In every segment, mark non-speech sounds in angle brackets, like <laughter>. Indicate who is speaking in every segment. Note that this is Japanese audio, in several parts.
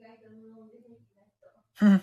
Speaker 1: だけど、もう出てきないと。
Speaker 2: うん。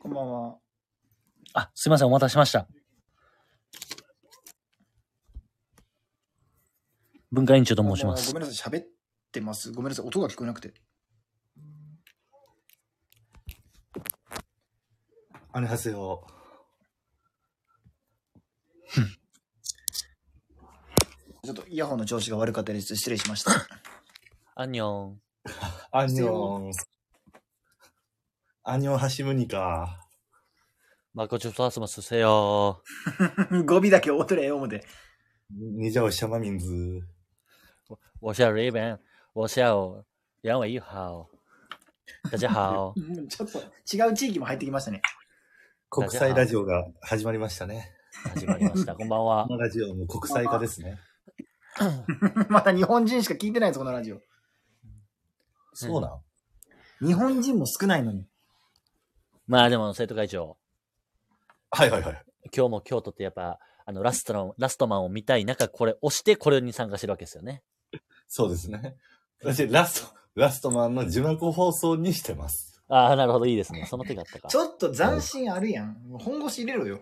Speaker 2: こんばんは。
Speaker 3: あ、すいません、お待たせしました。文化委員長と申しま
Speaker 2: あ
Speaker 3: す
Speaker 2: ご。めんなさい、喋ってます。ごめんなさい、音が聞こえなくて。
Speaker 4: ありますよ。
Speaker 2: <laughs> ちょっとイヤホンの調子が悪かったです。失礼しました。 <laughs>
Speaker 3: アンニョン。
Speaker 4: アンニョン。アンニョンハシムニカ。
Speaker 3: マコチュファースマスせよ。
Speaker 2: 語尾だけ大取れよ、思て。，
Speaker 4: ニジャオシャマミンズ。
Speaker 3: 我是 Raven，我是杨伟一号。大家好
Speaker 2: うん <laughs> ちょっと違う地域も入ってきましたね。 <laughs>
Speaker 4: 国際ラジオが始まりましたね。
Speaker 3: 始まりました。こんばんは
Speaker 4: こ。のラジオも国際化ですね。
Speaker 2: また日本人しか聞いてないぞ、このラジオ。
Speaker 4: そうなん
Speaker 2: 日本人も少ないのに。
Speaker 3: まあでも生徒会長、
Speaker 4: はいはいはい。
Speaker 3: 今日も京都ってやっぱ、あの、ラストの、ラストマンを見たい中、これ押してこれに参加してるわけですよね。
Speaker 4: そうですね。私、ラスト、ラストマンの字幕放送にしてます。
Speaker 3: ああ、なるほど、いいですね。その手があったか
Speaker 2: ち。ょっと斬新あるやん。本腰入れろよ。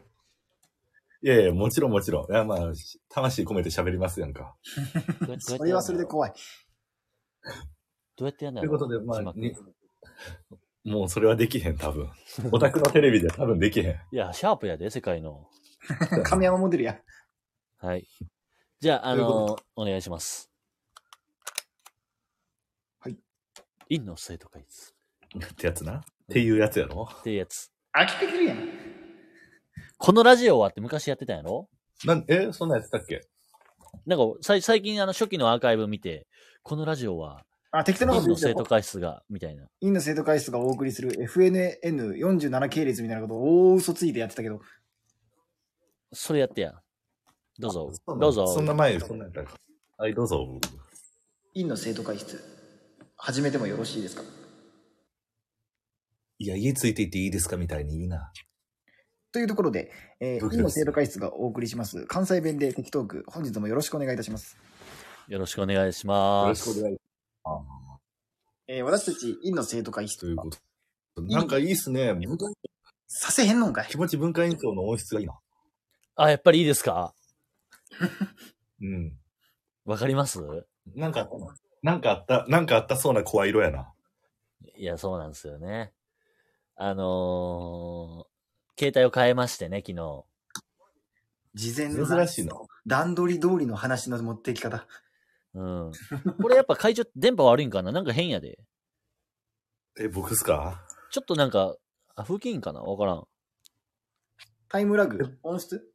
Speaker 4: いやいや、もちろんもちろん。いや、まあ、魂込めて喋りますやんか。
Speaker 3: どうやってやるんだろう
Speaker 2: それはそれで怖い。
Speaker 3: どうやってやるんだ
Speaker 4: という
Speaker 3: ろ
Speaker 4: ことで、ま
Speaker 3: 字
Speaker 4: あ、
Speaker 3: 幕
Speaker 4: にもうそれはできへん、多分。オタクのテレビで多分できへ <laughs> ん。
Speaker 3: いや、シャープやで、世界の。
Speaker 2: 亀山モデルや。
Speaker 3: はい。じゃあ、あ
Speaker 4: というこ
Speaker 3: のお願いします。
Speaker 2: はい。
Speaker 3: 院の生徒会室
Speaker 4: ってやつな。っていうやつやろ。
Speaker 3: っていうやつ。
Speaker 2: 飽きてくるやん。
Speaker 3: このラジオはって昔やってたんやろ
Speaker 4: なん、え、そんなやつだっけ
Speaker 3: なんかさい、最近あの初期のアーカイブ見て、このラジオは、
Speaker 2: あ、適当なこと言
Speaker 3: 院の
Speaker 2: ってた
Speaker 3: 生
Speaker 2: よ
Speaker 3: 徒会室が、みたいな。
Speaker 2: 院の生徒会室がお送りする FNN47 系列みたいなことを大嘘ついてやってたけど、
Speaker 3: それやってや。どうぞ
Speaker 4: そ、な
Speaker 3: どうぞ。
Speaker 4: そんな前、そんなやつだっけはい、どうぞ。
Speaker 2: 院の生徒会室、始めてもよろしいですか
Speaker 4: いや、家ついていっていいですかみたいにいいな。
Speaker 2: というところで、え
Speaker 4: どう
Speaker 2: ー、
Speaker 4: ぞ
Speaker 2: 院の生徒会室がお送りします、関西弁で適当区、本日もよろしくお願いいたします。
Speaker 3: よろしくお願いします。
Speaker 4: 願い
Speaker 2: えー、私たち、院の生徒会室
Speaker 4: ということ。なんかいいっすね。文化
Speaker 2: させへんのんかい
Speaker 4: 気持ち文化委員長の音質がいいな。
Speaker 3: あ、やっぱりいいですか
Speaker 4: うん。
Speaker 3: わかります
Speaker 4: なんかあったな、なんかあった、なんかあったそうな声色やな。
Speaker 3: いや、そうなんですよね。あのー、携帯を変えましてね、昨日。
Speaker 2: 事前の
Speaker 4: 珍しいな。
Speaker 2: 段取り通りの話の持っていき方。
Speaker 3: うん。これやっぱ会長、電波悪いんかななんか変やで。
Speaker 4: え、僕っすか
Speaker 3: ちょっとなんか、あ、風紀委員かなわからん。
Speaker 2: タイムラグ音質 <laughs>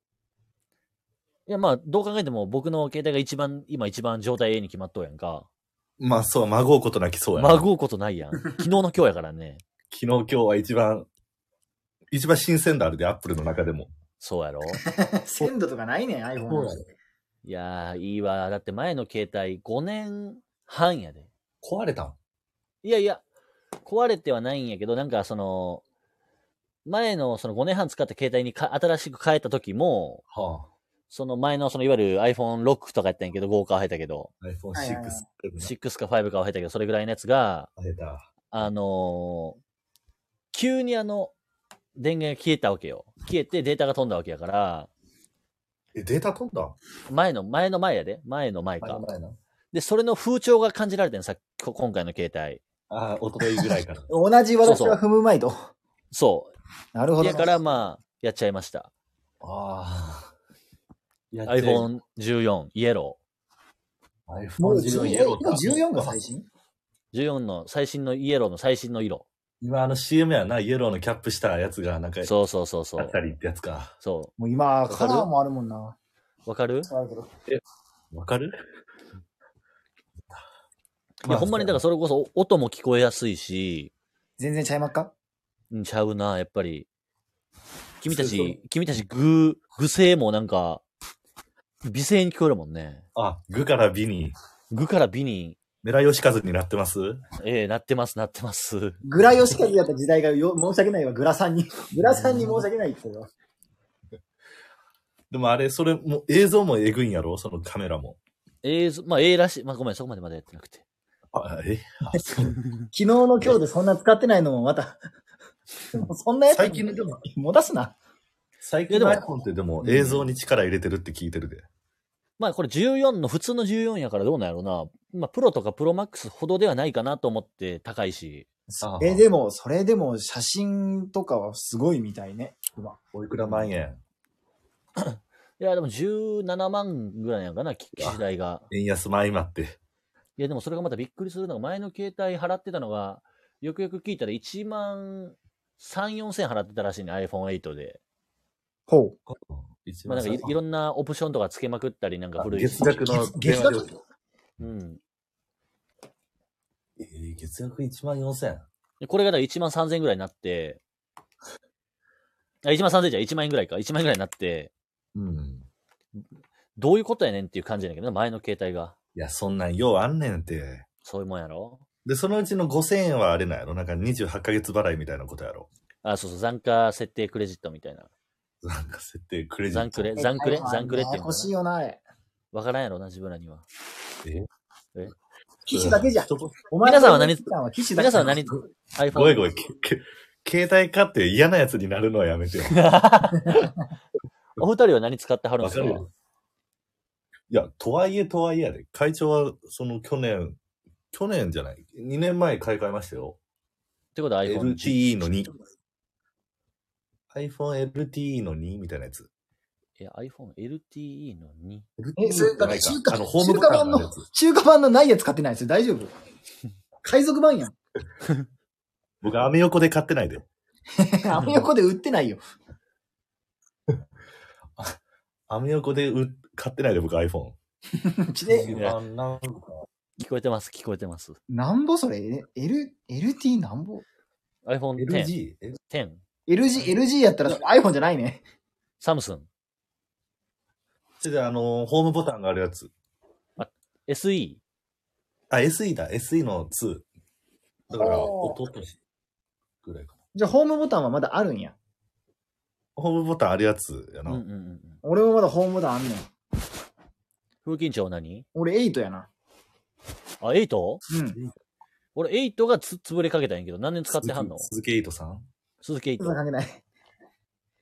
Speaker 3: いや、まあ、どう考えても僕の携帯が一番、今一番状態ええに決まっとうやんか。
Speaker 4: まあそう、まごうことなきそうやな。
Speaker 3: まぐうことない
Speaker 4: <laughs>
Speaker 3: やん。昨日の今日やからね。
Speaker 4: 昨日今日は一番、一番新鮮であるで、アップルの中でも。
Speaker 3: そうやろ
Speaker 2: 鮮度とかないねん、iPhone
Speaker 4: そう
Speaker 2: の
Speaker 4: や。
Speaker 3: いやー、いいわ。だって前の携帯5年半やで。
Speaker 4: 壊れたん
Speaker 3: いやいや、壊れてはないんやけど、なんかその、前のその5年半使った携帯にか新しく変えた時も、
Speaker 4: は
Speaker 3: その前のそのいわゆる iPhone6 とかやったんやけど、5か入ったけど、
Speaker 4: あ、iPhone6
Speaker 2: はいはいはい
Speaker 3: 6か5かは入ったけど、それぐらいのやつが、
Speaker 4: 変えた。
Speaker 3: あのー急にあの、電源が消えたわけよ。消えてデータが飛んだわけやから、
Speaker 4: え、データ飛んだ
Speaker 3: 前の、前の前やで。前の前か。
Speaker 4: 前の
Speaker 3: で、それの風潮が感じられてんさ、こ今回の携帯。
Speaker 4: ああ、おとといぐらいから。
Speaker 2: 同じ私は踏むまいと。
Speaker 3: そ
Speaker 2: なるほ
Speaker 3: う。
Speaker 2: ど。
Speaker 3: やから、まあ、やっちゃいました。
Speaker 4: ああ。やっちゃえ
Speaker 3: iPhone14、イエロ
Speaker 4: iPhone
Speaker 2: もう
Speaker 4: 14
Speaker 2: 14
Speaker 4: イエローか
Speaker 2: もう14が最新
Speaker 3: ー。14の最新のイエローの最新の色。
Speaker 4: 今あの CM やな、イエローのキャップしたやつが、なんか、
Speaker 3: そうそうそうそ
Speaker 4: あ
Speaker 3: う
Speaker 4: っ。たりってやつか。
Speaker 3: そ
Speaker 2: もう今、
Speaker 3: か
Speaker 2: カ
Speaker 3: る
Speaker 2: ラーもあるもんな。
Speaker 3: う。わかる
Speaker 2: あるけど
Speaker 4: わかる
Speaker 3: いや、ほんまにだからそれこそお音も聞こえやすいし、
Speaker 2: 全然ちゃいまっか
Speaker 3: うんちゃうな、やっぱり。君た
Speaker 4: そうそう
Speaker 3: ち、君たち、ぐ、ぐ声もなんか、美声に聞こえるもんね。
Speaker 4: あ、具から美に、
Speaker 3: ぐから美に、
Speaker 4: メラヨシカズになってます
Speaker 3: ええなってます、なってます。
Speaker 2: グラ吉和やった時代がよ申し訳ないわ、グラさんに。グラさんに申し訳ないけど。
Speaker 4: でもあれ、それも、映像もえぐいんやろそのカメラも。
Speaker 3: ええまあ、ええらしい。まあ、ごめん、そこまでまだやってなくて。
Speaker 4: あ、えあそう
Speaker 2: 昨日の今日でそんな使ってないのもまた。でもそんなやつ
Speaker 4: 最近のでも、
Speaker 2: 戻すな。
Speaker 4: 最近の
Speaker 3: いやで
Speaker 4: iPhone ってでも映像に力入れてるって聞いてるで。
Speaker 3: まあ、これ14の、普通の14やからどうなんやろうな。まあ、プロとかプロマックスほどではないかなと思って高いし。
Speaker 4: あ
Speaker 2: え、でも、それでも写真とかはすごいみたいね。今
Speaker 4: おいくら万円
Speaker 3: いや、でも17万ぐらいやんかな、機機種代が。
Speaker 4: 円安も相まって。
Speaker 3: いや、でもそれがまたびっくりするのが、前の携帯払ってたのが、よくよく聞いたら1万3、4千払ってたらしいね、iPhone8 で。
Speaker 2: ほ
Speaker 4: 一
Speaker 3: まあ、なんかいいろんなオプションとかつけまくったり、なんか古いし
Speaker 4: 月額の電話料金。
Speaker 3: うん。
Speaker 4: えー月額1万4千。
Speaker 3: でこれがだから1万3000円ぐらいになって、あ、1万3000円じゃない1万円ぐらいか。1万円ぐらいになって、
Speaker 4: うん。
Speaker 3: どういうことやねんっていう感じだけどな、前の携帯が。
Speaker 4: いや、そんなんようあんねんって。
Speaker 3: そういうもんやろ
Speaker 4: で、そのうちの5000円はあれなんやろなんか28ヶ月払いみたいなことやろ
Speaker 3: あ、そうそう、残価設定クレジットみたいな。
Speaker 4: なんか設定クレジッ
Speaker 3: 残
Speaker 4: ト
Speaker 3: ク。レ、
Speaker 2: う。
Speaker 3: 残クレ、
Speaker 2: え
Speaker 3: 残クレっていうの
Speaker 2: 欲
Speaker 3: か
Speaker 2: しい
Speaker 3: な
Speaker 2: よな、あれ。
Speaker 3: わからんやろな、自分らには。
Speaker 2: 機種だけじゃん。お前
Speaker 3: 皆さんは何
Speaker 2: は機種だけ
Speaker 3: 皆さんは何、iPhone。
Speaker 4: ごめんごめん。けけ携帯買って嫌なやつになるのはやめ <laughs> てよ。
Speaker 3: お二人は何使ってはるん
Speaker 4: わ
Speaker 3: です
Speaker 4: か
Speaker 3: か
Speaker 4: るよ。いや、とはいえとはいえやで。会長は、その去年、去年じゃない。2年前買い替えましたよ。
Speaker 3: ってことは iPhone。
Speaker 4: LTE の2。iPhone LTE の2みたいなやつ。
Speaker 3: え、iPhone LTE の2。
Speaker 2: え、それ
Speaker 4: じゃ
Speaker 2: だ
Speaker 4: ないか
Speaker 2: 中華、
Speaker 4: あの、ホーム
Speaker 2: 中
Speaker 4: ボ
Speaker 2: 華
Speaker 4: タン
Speaker 2: 版
Speaker 4: のや
Speaker 2: の
Speaker 4: つ。、
Speaker 2: 中華版のないやつ買ってないですよ。大丈
Speaker 3: <laughs>
Speaker 2: 夫。海賊版やん。
Speaker 4: 僕、アメ横で買ってないで。
Speaker 2: アメ横で売って
Speaker 3: <laughs>
Speaker 2: ないよ。
Speaker 4: アメ横でう買ってないで、僕 iPhone。
Speaker 2: で、
Speaker 3: いや
Speaker 4: なんか
Speaker 3: 聞こえてます、聞こえてます。
Speaker 2: なんぼそれえ ?L、LT なんぼ
Speaker 3: iPhone X、
Speaker 4: LG? え
Speaker 3: X、
Speaker 2: ?LG、LG やったら iPhone じゃないね。 <laughs>
Speaker 3: サムスン、
Speaker 4: それで、あのー、ホームボタンがあるやつ。
Speaker 3: SE。
Speaker 4: あ、SE だ。SE の2。だから、
Speaker 2: おー
Speaker 4: おととしぐらいかな。
Speaker 2: じゃあ、ホームボタンはまだあるんや。
Speaker 4: ホームボタンあるやつや
Speaker 3: う
Speaker 4: な。
Speaker 3: んうんうんうん。
Speaker 2: 俺もまだホームボタンあんねん。
Speaker 3: 風景長何
Speaker 2: 俺8やな。
Speaker 3: あ、8?
Speaker 2: うん。
Speaker 3: 俺8がつ潰れかけたんやけど、何年使ってはんの
Speaker 4: 鈴木エイトさん
Speaker 3: 鈴木
Speaker 2: そんな関
Speaker 3: 8。
Speaker 2: 係ない。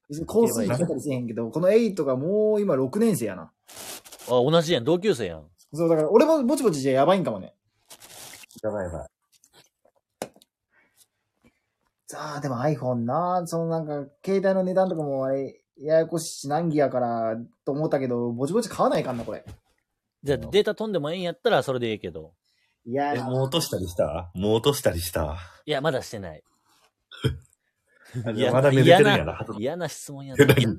Speaker 2: 別にコースにかけたりせえへんけど、この8がもう今6年生やな。
Speaker 3: あ、同じやん、同級生やん。
Speaker 2: そう、だから俺もぼちぼちじゃやばいんかもね。
Speaker 4: やばいやばい。
Speaker 2: さあ、でも iPhone な、そのなんか、携帯の値段とかもあれ、ややこしいし難儀やから、と思ったけど、ぼちぼち買わないかんな、これ。
Speaker 3: じゃあデータ飛んでもええんやったらそれでええけど。
Speaker 2: いや
Speaker 4: え、
Speaker 2: ー、
Speaker 4: もう落としたりしたもう落としたりした。
Speaker 3: いや、まだしてない。
Speaker 4: あ
Speaker 3: 嫌な
Speaker 4: まだめでてるんや
Speaker 3: 嫌
Speaker 4: な。
Speaker 3: な嫌な質問や
Speaker 4: え
Speaker 3: な。
Speaker 4: <laughs> 何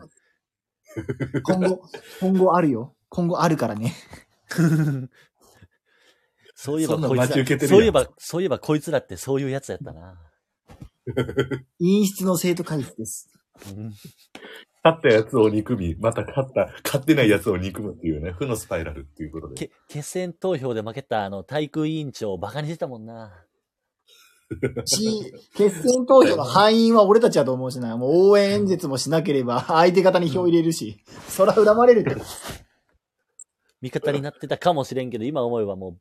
Speaker 2: 今後、今後あるよ。今後あるからね。 <laughs>
Speaker 3: そういえば
Speaker 4: そんなん
Speaker 3: こいつ
Speaker 4: 待ち受けて
Speaker 3: ら、
Speaker 4: るやん
Speaker 3: そういえば、そういえばこいつらってそういうやつやったな。
Speaker 2: 陰湿の生徒会室です。
Speaker 3: うん
Speaker 4: 勝ったやつを憎み、また勝った、勝ってないやつを憎むっていうね、負のスパイラルっていうことで。
Speaker 3: け決選投票で負けたあの体育委員長をバカにしてたもんな。
Speaker 2: し、 <laughs> 決選投票の敗因は俺たちやと思うしな。もう応援演説もしなければ、相手方に票入れるし、そら恨まれるって。
Speaker 3: 味方になってたかもしれんけど、今思えばもう、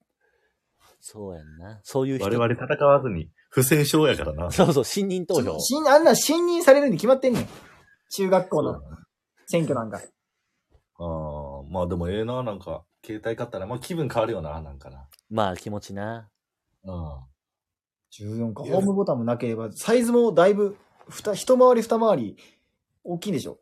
Speaker 3: そうやんな。そういう人。
Speaker 4: 我々戦わずに、不戦勝やからな。
Speaker 3: そうそう、信任投票。
Speaker 2: 信あんなん信任されるに決まってんねん。中学校の選挙なんか。
Speaker 4: あーまあでもええな、なんか、携帯買ったら、まあ気分変わるよな、なんかな。
Speaker 3: まあ、気持ちな。
Speaker 4: うん。
Speaker 2: 14か。ホームボタンもなければ、サイズもだいぶ、ふた、一回り二回り、大きいんでしょ。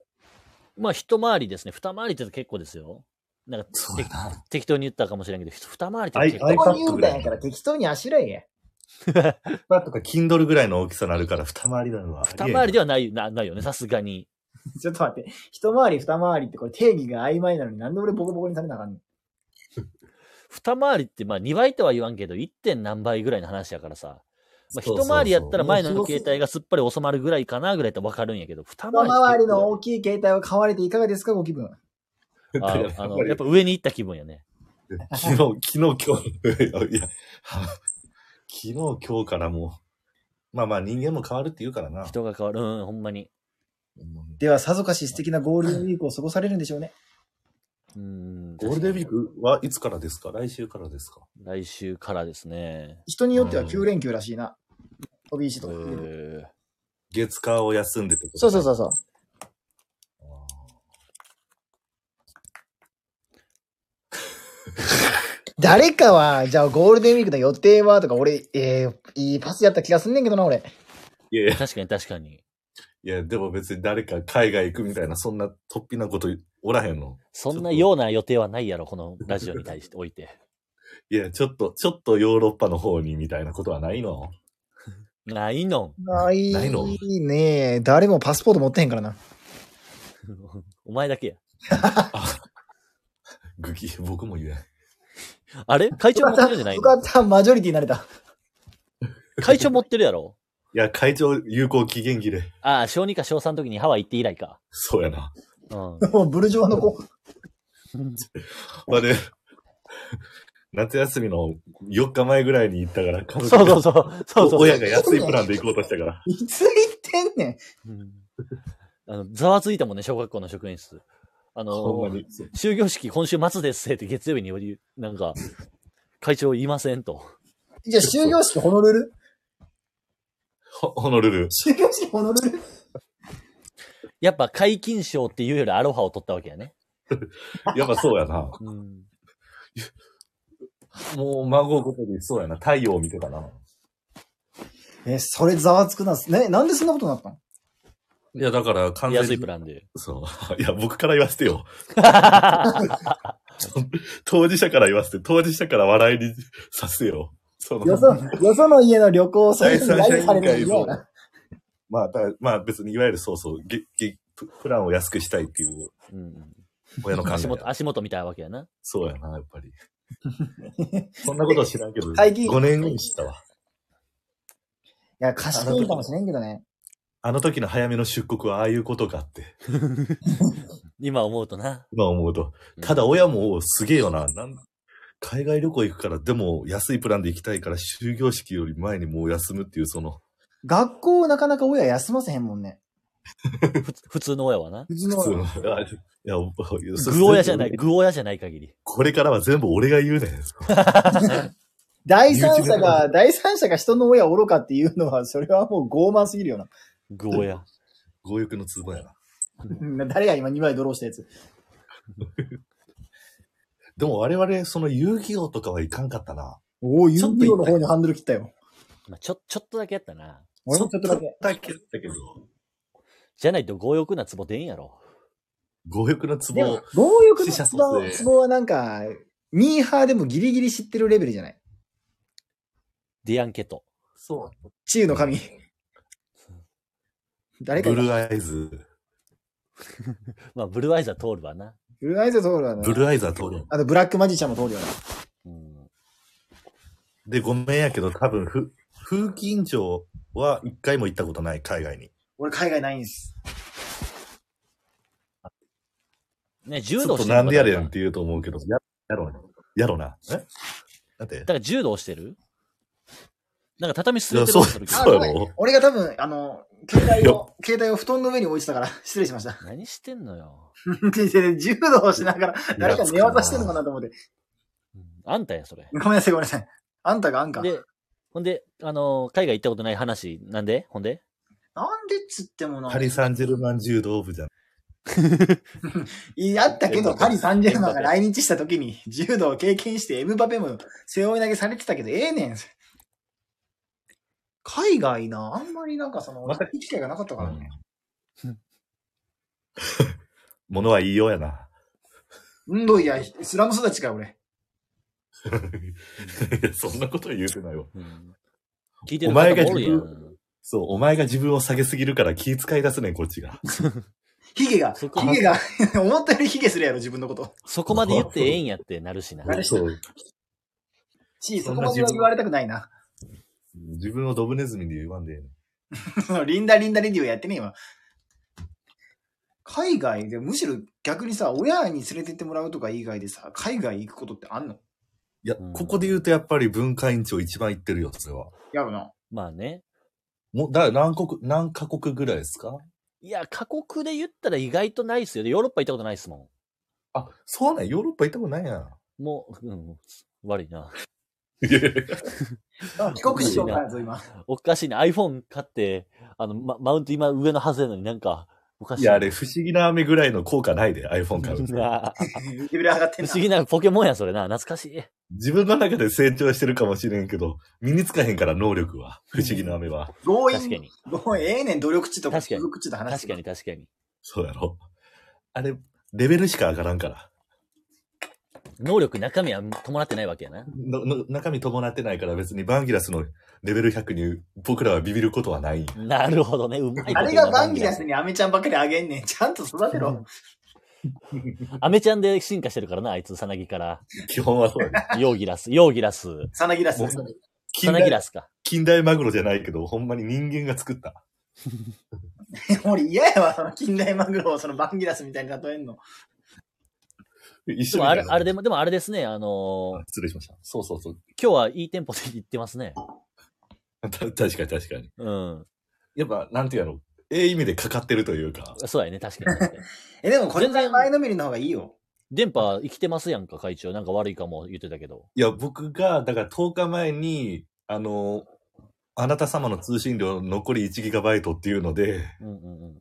Speaker 3: まあ、一回りですね。二回りって結構ですよ。なんか、
Speaker 4: そうやな。
Speaker 3: 適当に言ったかもしれんけど、ひと二回りって
Speaker 4: あい
Speaker 3: 結
Speaker 4: あ
Speaker 2: こ
Speaker 4: い
Speaker 3: 構。
Speaker 2: こに言うたんやから適当にあしらえや。 <laughs>
Speaker 4: Kindle とか Kindle ぐらいの大きさになるから、二回りなのは。
Speaker 3: 二回りではない、なないよね、さすがに。
Speaker 2: ちょっと待って。一回り二回りってこれ定義が曖昧なのになんで俺ボコボコにされなあかんねん。
Speaker 3: 二回りって、まあ、二倍とは言わんけど、一点何倍ぐらいの話やからさ。まあ、
Speaker 4: そうそう
Speaker 3: 一
Speaker 4: そう
Speaker 3: 回りやったら前の携帯がすっぱり収まるぐらいかなぐらいだとわかるんやけど、二
Speaker 2: 一
Speaker 3: 回り
Speaker 2: 回りの大きい携帯を買われていかがですか、ご気分。
Speaker 4: <laughs> だからや
Speaker 3: あ
Speaker 4: っ
Speaker 3: あ
Speaker 4: ぱ
Speaker 3: の、や
Speaker 4: り
Speaker 3: っぱ上に行った気分やね。
Speaker 4: 昨日、昨日、今日、い <laughs> や、は昨日、今日からもう、まあまあ人間も変わるって言うからな。
Speaker 3: 人が変わる。うん、ほんまに。
Speaker 4: うん
Speaker 2: では、さぞかし素敵なゴールデンウィークを過ごされるんでしょうね。
Speaker 3: うん。
Speaker 4: ゴールデンウィークはいつからですか来週からですか
Speaker 3: 来週からですね。
Speaker 2: 人によっては9連休らしいな。飛び石とか。
Speaker 3: え
Speaker 4: 月火を休んでってこと
Speaker 2: そうそう
Speaker 4: う。
Speaker 2: そうそう。
Speaker 4: あ
Speaker 2: 誰かは、じゃあゴールデンウィークの予定はとか、俺、えー、いいパスやった気がすんねんけどな、俺。
Speaker 4: ーいやい
Speaker 3: ー
Speaker 4: や、
Speaker 3: 確かに確かに。
Speaker 4: いや、でも別に誰か海外行くみたいな、そんな突飛なことおらへんの。
Speaker 3: そんなような予定はないやろ、このラジオに対しておいて。 <laughs>
Speaker 4: いや、ちょっと、ちょっとヨーロッパの方にみたいなことはないの。
Speaker 3: ないの
Speaker 2: ない
Speaker 4: ないの
Speaker 2: ねえ。誰もパスポート持ってへんからな。
Speaker 3: お前だけや。
Speaker 4: グキ、僕も言えん。
Speaker 3: あれ会長持ってるんじゃない
Speaker 4: <laughs>
Speaker 2: よ
Speaker 3: の
Speaker 2: かった、マジョリティになれた。 <laughs>
Speaker 3: 会長持ってるやろ
Speaker 4: いや、会長有効期限切れ。
Speaker 3: ああ、小2か小3の時にハワイ行って以来か。
Speaker 4: そうやな。
Speaker 3: うん。
Speaker 2: もうブルジョワの子。
Speaker 4: まあね、夏休みの4日前ぐらいに行ったから、家
Speaker 3: そうそうそう。そ
Speaker 4: う
Speaker 3: うそうそう。
Speaker 4: 親が安いプランで行こうとしたから。
Speaker 2: いつ行ってんねん。
Speaker 3: うんあの、ざわついたもんね、小学校の職員室。あ
Speaker 4: ほんま
Speaker 3: の、
Speaker 4: に。そう
Speaker 3: 終業式今週末ですって月曜日に言うなんか、会長いませんと。
Speaker 2: じゃあ、終業式ホノルル
Speaker 4: ほホノルル。
Speaker 2: 終業式ホノルル
Speaker 3: やっぱ解禁賞っていうよりアロハを取ったわけやね。
Speaker 4: やっぱそうやな。
Speaker 3: うん。
Speaker 4: もう孫ごとにそうやな。太陽を見てたな。
Speaker 2: え、それざわつくな。ね、なんでそんなことになったの
Speaker 4: いや、だから完全に。
Speaker 3: 安いプランで。
Speaker 4: そう。い <laughs> や、僕から言わせ
Speaker 3: <laughs>
Speaker 4: てよ。当事者から言わせて、当事者から笑いにさせよ。その
Speaker 2: よそ、よその家の旅行をそれに
Speaker 4: 第三者委
Speaker 2: 何
Speaker 4: 員
Speaker 2: される
Speaker 4: 会
Speaker 2: んだよ
Speaker 4: の。まあ、たまあ別にいわゆるそうそう、げげププランを安くしたいっていう
Speaker 3: うん。
Speaker 4: 親の考
Speaker 3: 足
Speaker 4: え
Speaker 3: 元、
Speaker 4: や。
Speaker 3: 足元見たいわけやな。
Speaker 4: そうやな、やっぱり。そんなことは知らんけど、
Speaker 2: 最近
Speaker 4: 5年後に知ったわ。
Speaker 2: いや、貸していいかもしれんけどね。
Speaker 4: あの時の早めの出国はああいうことかって、
Speaker 3: 今思うとな。
Speaker 4: 今思うと。
Speaker 3: うん
Speaker 4: ただ親もおすげえよな。なん海外旅行行くから、でも安いプランで行きたいから、終業式より前にもう休むっていう、その、
Speaker 2: 学校なかなか親休ませへんもんね。
Speaker 3: ふ
Speaker 4: <laughs>
Speaker 3: つ普通の親はな。
Speaker 2: うちの
Speaker 4: 普通の。あいや、おいやそ
Speaker 3: 具親じゃない、具親じゃない限り。
Speaker 4: これからは全部俺が言うねん。
Speaker 2: 第三者が、第三者が人の親愚かっていうのは、それはもう傲慢すぎるよな。
Speaker 3: 具親。
Speaker 4: 強欲のツボやな。
Speaker 2: 誰が今2枚ドローしたやつ。
Speaker 4: でも我々、その遊戯王とかはいかんかったな。
Speaker 2: おお、ユ
Speaker 4: ちょっと
Speaker 2: ーロの方にハンドル切ったよ。
Speaker 3: まあ、ちょ、ちょっとだけやったな。
Speaker 2: 俺もちょっとだけ。
Speaker 4: だけだけど。
Speaker 3: じゃないと強欲なツボ出んやろ。
Speaker 4: 強欲のツ
Speaker 2: でも
Speaker 4: ボ。、
Speaker 2: 強欲
Speaker 4: 死
Speaker 2: の
Speaker 4: 者
Speaker 2: ツ
Speaker 4: 蘇
Speaker 2: ボ
Speaker 4: 生
Speaker 2: ツボはなんか、ミーハーでもギリギリ知ってるレベルじゃない
Speaker 3: ディアンケト。
Speaker 4: そ
Speaker 2: 地位の <laughs> 神。誰か
Speaker 4: ブ
Speaker 2: が
Speaker 4: ルーアイズ。
Speaker 3: まあ、ブルーアイズは通るわな。
Speaker 2: ブルーアイズは通るわな
Speaker 4: ブ。ルーアイズは通る。
Speaker 2: あと、ブラックマジシャンも通るよな。
Speaker 3: うん。
Speaker 4: で、ごめんやけど、多分、ふ、風紀委員長は一回も行ったことない、海外に。
Speaker 2: 俺、海外ないんです。
Speaker 3: ね、
Speaker 4: ち
Speaker 3: 柔
Speaker 4: ょ
Speaker 3: 道
Speaker 4: っと
Speaker 3: して
Speaker 4: なんでやれ
Speaker 3: だ
Speaker 4: んって言うと思うけど、ややろな。やろな。えだって、
Speaker 3: から柔道してるなんか畳す
Speaker 4: い
Speaker 3: れ
Speaker 4: や
Speaker 3: てる
Speaker 4: そう、
Speaker 3: わその時
Speaker 4: そうや
Speaker 2: あご
Speaker 4: ろ
Speaker 2: 俺が多分、あの、携帯を、携帯を布団の上に置いてたから、失礼しました。
Speaker 3: 何してんのよ。
Speaker 2: <laughs> 柔道をしながら、誰か寝技してんのかなと思って。
Speaker 3: うんあんたや、それ。
Speaker 2: ごめんなさい、ごめんなさい。あんたがあんか。
Speaker 3: で、ほんで、あのー海外行ったことない話、なんでほんで
Speaker 2: なんでっつってもな
Speaker 4: パ。リ・サンジェルマン柔道部じゃん。
Speaker 2: いやあったけど、パリ・サンジェルマンが来日した時に、柔道を経験して、エムバペも背負い投げされてたけど、ええねん。海外な、あんまりなんかその、
Speaker 4: また
Speaker 2: 行き機会がなかったからね。
Speaker 4: <laughs> ものは言いようやな。
Speaker 2: うん、どいや、スラム育ちか、俺。
Speaker 4: いや、 <laughs> そんなことは言うてないわ。
Speaker 3: うん聞いてる
Speaker 4: お前が
Speaker 3: 方もおるや
Speaker 4: 自
Speaker 3: ん。
Speaker 4: そう、お前が自分を下げすぎるから気遣い出すねん、こっちが。
Speaker 2: ヒゲが、
Speaker 3: そっか
Speaker 2: ヒゲが、 <laughs> 思ったよりヒゲするやろ、自分のこと。
Speaker 3: そこまで言ってええんやってなるしな。
Speaker 2: なるし
Speaker 4: そう。
Speaker 2: し、そ
Speaker 4: そん
Speaker 2: こ
Speaker 4: な
Speaker 2: までは言われたくないな。
Speaker 4: 自自分をドブネズミで言わんでええね
Speaker 2: <laughs>
Speaker 4: ん
Speaker 2: リンダリンダレディオやってねえわ。海外で、むしろ逆にさ、親に連れてってもらうとか以外でさ、海外行くことってあんの
Speaker 4: いや、
Speaker 3: うん
Speaker 4: ここで言うとやっぱり文化委員長一番言ってるよ、それは。
Speaker 2: やるな。
Speaker 3: まあね。
Speaker 4: もう、だ、何国、何カ国ぐらいですか
Speaker 3: いや、過酷で言ったら意外とないっすよ。でヨーロッパ行ったことないっすも
Speaker 4: あ、そうなん、ヨーロッパ行ったことないやん。
Speaker 3: ん。もう、うん、悪いな。
Speaker 4: いやいやい <laughs> や
Speaker 2: 帰国しようかな、そう今。
Speaker 3: おかしいな。iPhone 買って、あの、ママウント今上のはずやのになんか、おかしい。
Speaker 4: いや、あれ、不思議な雨ぐらいの効果ないで、iPhone 買う <laughs> と。
Speaker 3: なあ
Speaker 2: レベル上がってん
Speaker 3: 不
Speaker 2: な
Speaker 3: 思。議なポケモンや、それな。懐かしい。
Speaker 4: 自分の中で成長してるかもしれんけど、身につかへんから、能力は。不思議な雨は。
Speaker 2: 強
Speaker 3: 確か
Speaker 2: 引。
Speaker 3: に。
Speaker 2: もうええねん、努力値と
Speaker 3: 確かに
Speaker 2: 努力値と話し
Speaker 3: 確
Speaker 2: て
Speaker 3: かに、確かに。
Speaker 4: そうやろ。あれ、レベルしか上がらんから。
Speaker 3: 能力、中身は伴ってないわけやな。
Speaker 4: のの中身伴ってないから別にバンギラスのレベル100に僕らはビビることはない。
Speaker 3: なるほどね。うまいこと言うな。
Speaker 2: あれがバンギラスにアメちゃんばっかりあげんねん。ちゃんと育てろ。
Speaker 3: アメちゃんで進化してるからな、あいつ、さなぎから。
Speaker 4: 基本はそう
Speaker 3: <laughs>
Speaker 4: やね。
Speaker 3: ヨーギラス、ヨーギラス、
Speaker 2: さなぎらす
Speaker 4: もう。
Speaker 3: さ
Speaker 4: 近
Speaker 3: なぎ
Speaker 4: 代
Speaker 3: ラスか。
Speaker 4: 近代マグロじゃないけど、ほんまに人間が作った。
Speaker 2: 俺嫌やわ、その近代マグロをそのバンギラスみたいに例えんの。
Speaker 4: 一
Speaker 3: で
Speaker 4: 緒に
Speaker 3: もあれ、あれでも、でもあれですね、あのー
Speaker 4: 失礼しました。そうそうそう。
Speaker 3: 今日はいい店舗で行ってますね。
Speaker 4: た確かに確かに。
Speaker 3: うん。
Speaker 4: やっぱ、なんていうの、ええ意味でかかってるというか。
Speaker 3: そうやね、確かに確かに。
Speaker 2: え、でもこれぐらい前のめりの方がいいよ。
Speaker 3: 電波生きてますやんか、会長。なんか悪いかも言ってたけど。
Speaker 4: いや、僕が、だから10日前に、あの、あなた様の通信量残り 1GB っていうので、
Speaker 3: うんうんうん。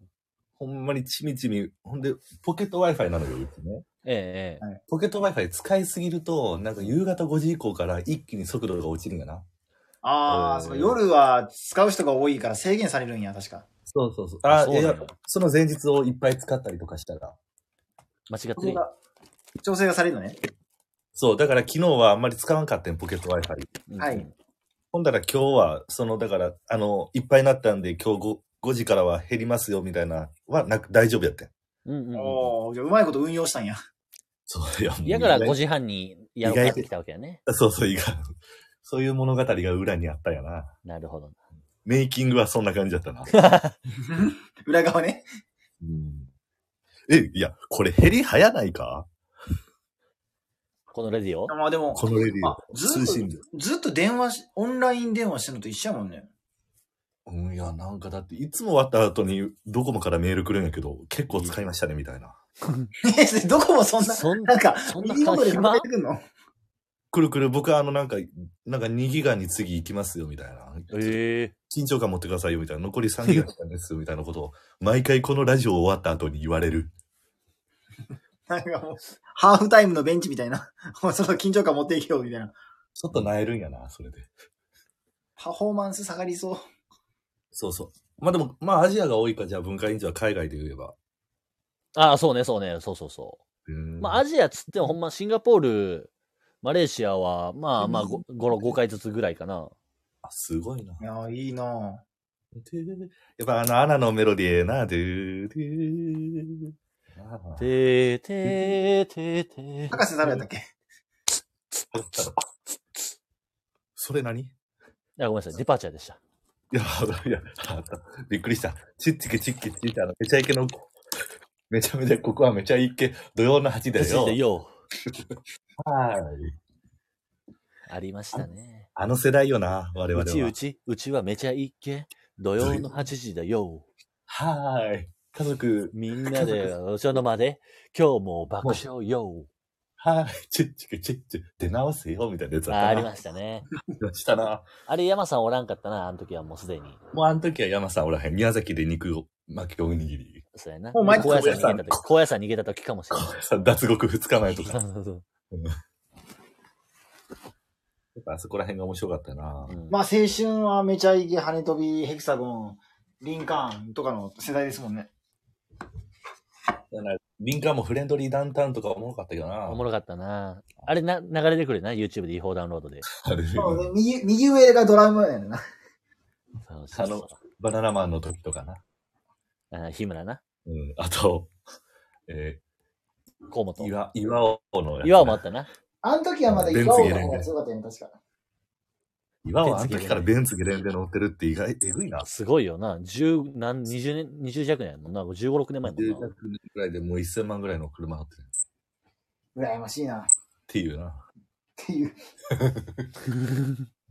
Speaker 4: ほんまにちみちみ、ほんで、ポケット Wi-Fi なのよ、うちね。
Speaker 3: えええ
Speaker 4: ポケット Wi-Fi 使いすぎると、なんか夕方5時以降から一気に速度が落ちるんやな。
Speaker 2: ああ、
Speaker 4: うん
Speaker 2: そう夜は使う人が多いから制限されるんや、確か。
Speaker 4: そうそうそう。
Speaker 3: え
Speaker 4: あ、
Speaker 3: そう
Speaker 4: い
Speaker 3: なんや
Speaker 4: や、その前日をいっぱい使ったりとかしたら。
Speaker 3: 間違っ
Speaker 2: そ
Speaker 3: て
Speaker 2: こ
Speaker 3: る。
Speaker 2: が調整がされるのね。
Speaker 4: そう、だから昨日はあんまり使わんかったん、ポケット Wi-Fi。
Speaker 3: うん
Speaker 2: はい
Speaker 3: うん
Speaker 4: ほんだら今日は、その、だから、あの、いっぱいになったんで、今日 5, 5時からは減りますよ、みたいな、はなく、大丈夫やってん。
Speaker 3: うんうん
Speaker 2: おお、じゃあうまいこと運用したんや。 <laughs>
Speaker 4: そう、いや、もう
Speaker 3: やから
Speaker 4: 意
Speaker 3: 5
Speaker 4: 外
Speaker 3: 時半にやろうかってきたわけやね。
Speaker 4: <laughs> そうそう、いが。そういう物語が裏にあったんやな。
Speaker 3: なるほど。 <laughs>
Speaker 4: メイキングはそんな感じだったな。
Speaker 2: 裏側ね。
Speaker 4: うん、え、いや、これ減り早ないか
Speaker 3: このレディオ
Speaker 2: まあでも、
Speaker 4: このレディ
Speaker 2: あ
Speaker 4: オ。
Speaker 2: ずっ
Speaker 4: 通
Speaker 2: と
Speaker 4: 信量。
Speaker 2: ずっと電話し、オンライン電話してるのと一緒やもんね。 <laughs>
Speaker 4: うん、いや、なんかだって、いつも終わった後に、ドコモからメール来るんやけど、結構使いましたね、みたいな。
Speaker 2: え、それどこも <laughs> そんな、
Speaker 3: そん
Speaker 2: なんか、
Speaker 3: そんな
Speaker 2: 耳元で
Speaker 3: 暇
Speaker 2: 語ってくんの
Speaker 4: くるくる、僕はあの、なんか、なんか2ギガに次行きますよ、みたいな。
Speaker 3: ええ
Speaker 4: 緊張感持ってくださいよみたいな、残り3ギガなんですみたいなことを、毎回このラジオ終わった後に言われる。
Speaker 2: なんかもう、ハーフタイムのベンチみたいな。 <laughs> もうその緊張感持っていけよ、みたいな。
Speaker 4: <laughs> ちょっと萎えるんやな、それで。
Speaker 2: パフォーマンス下がりそう。
Speaker 4: そうそう。まあでも、まあアジアが多いか、じゃあ文化委員長は海外で言えば。
Speaker 3: ああ、そうね、そうね、そうそうそう。まあ、アジアつってもほんまシンガポール、マレーシアは、まあまあ5、5回ずつぐらいかな。
Speaker 4: あ、すごいな。
Speaker 2: いやー、いいなぁ。
Speaker 4: やっぱあの、アナのメロディーええな、ドゥードゥー。ああ
Speaker 3: てーてーてーてー。
Speaker 2: 博士誰やったっけ
Speaker 4: それ何い
Speaker 3: あ、ごめんなさい、デパーチャーでした。
Speaker 4: や、いや、あびっくりした。ちっちけちっけちっけ、あの、めちゃイケの、めちゃめちゃ、ここはめちゃイケ、土曜の8だよ。
Speaker 3: でよ
Speaker 4: はい。
Speaker 3: うありましたね。
Speaker 4: あの世代よな、我々
Speaker 3: う
Speaker 4: は。
Speaker 3: ちうち、うちはめちゃいっけ。土曜の8時だよ。
Speaker 4: はーい。家族、
Speaker 3: みんなで、お茶の間で、今日も爆笑よ。
Speaker 4: はーい。チッチケチッチ、出直せよ、みたいなやつ
Speaker 3: あ
Speaker 4: ったな
Speaker 3: ありましたね。
Speaker 4: したな。
Speaker 3: あれ、山さんおらんかったな、あの時はもうすでに。
Speaker 4: もうあの時は山さんおらへん。宮崎で肉を巻きおにぎり。
Speaker 3: そうやな。
Speaker 2: もう毎日
Speaker 3: 高野山逃げた時、高野山逃げた時かもしれない。
Speaker 4: さ脱獄2日前とか。
Speaker 3: そ
Speaker 4: や
Speaker 3: うそうそう
Speaker 4: っぱあそこら辺が面白かったな。
Speaker 3: うん
Speaker 2: まあ青春はめちゃイケ、跳ね飛び、ヘキサゴン、リンカーンとかの世代ですもんね。
Speaker 4: だから民間もフレンドリーダウンタウンとかおもろかったけどな。
Speaker 3: おもろ
Speaker 4: ろ
Speaker 3: かったな。あれな、流れてくるよな、YouTube で違法ダウンロードで。
Speaker 4: かった。
Speaker 2: 右右上がドラムやねんな。
Speaker 3: そうそ
Speaker 4: あ
Speaker 3: うそう
Speaker 4: の、バナナマンの時とかな。
Speaker 3: あ日村な、
Speaker 4: うん。あと、え
Speaker 3: 河本
Speaker 4: ー、。岩、岩尾のやつな
Speaker 3: 岩尾もあったな。
Speaker 2: あの時はまだ
Speaker 4: ベンツ
Speaker 2: 岩尾
Speaker 4: 入れ
Speaker 2: の
Speaker 4: る
Speaker 2: 方
Speaker 4: ね
Speaker 2: が強かったよね、確か。
Speaker 4: 今はあの時からベンツゲレンデ乗ってるって意外、えぐいな。
Speaker 3: すごいよな。十何、二十年、二十弱年やもんな。十五、六年前
Speaker 4: 住
Speaker 3: もん
Speaker 4: 宅
Speaker 3: な。
Speaker 4: 年くらいでもう1000万ぐらいの車乗ってる。っ
Speaker 2: 羨ましいな。って
Speaker 4: いうな。って
Speaker 2: いう。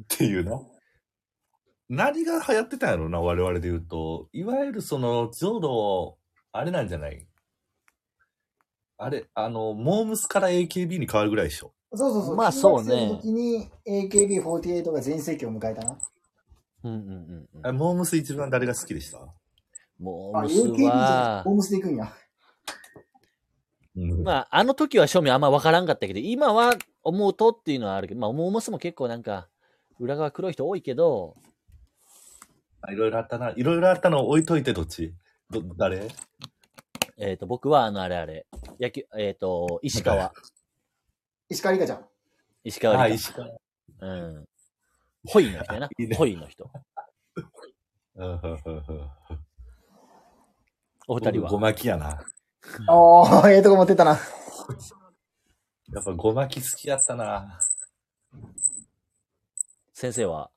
Speaker 4: ていうな。何が流行ってたんやろうな、我々で言うと。いわゆるその、浄土、あれなんじゃないあれ、あの、モームスから AKB に変わるぐらいでしょ。
Speaker 2: そうそうそう。
Speaker 3: まあそうね
Speaker 2: 中学生の時に AKB48 が全盛期を迎えたな。
Speaker 3: うんうんうんうん
Speaker 4: あ。れモームス一番誰が好きでした
Speaker 3: もう、
Speaker 2: あ、
Speaker 3: ム
Speaker 2: AKB
Speaker 3: ス
Speaker 2: じゃな
Speaker 3: は
Speaker 2: くて、ホームスで行くんや。
Speaker 4: うん
Speaker 3: まあ、あの時は正味あんま分からんかったけど、今は思うとっていうのはあるけど、まあ、思うもすも結構なんか、裏側黒い人多いけど、
Speaker 4: あいろいろあったな。いろいろあったの置いといて、どっちど、誰
Speaker 3: えっ、と、僕はあの、あれあれ、野球、えっ、と、石川。
Speaker 2: 石川理香ちゃん。
Speaker 3: 石
Speaker 4: あ
Speaker 3: 川
Speaker 4: あ、
Speaker 3: 理
Speaker 4: 石川。
Speaker 3: 香。うん。ホイの人やな
Speaker 4: <laughs> いい。ね
Speaker 3: ホイの人。
Speaker 4: うんうんうんうん
Speaker 3: お二人
Speaker 4: 僕ご
Speaker 3: は。
Speaker 4: まきやな。
Speaker 2: おー、ええとこ持ってったな。
Speaker 4: やっぱごまき好きやったな。
Speaker 3: 先生は。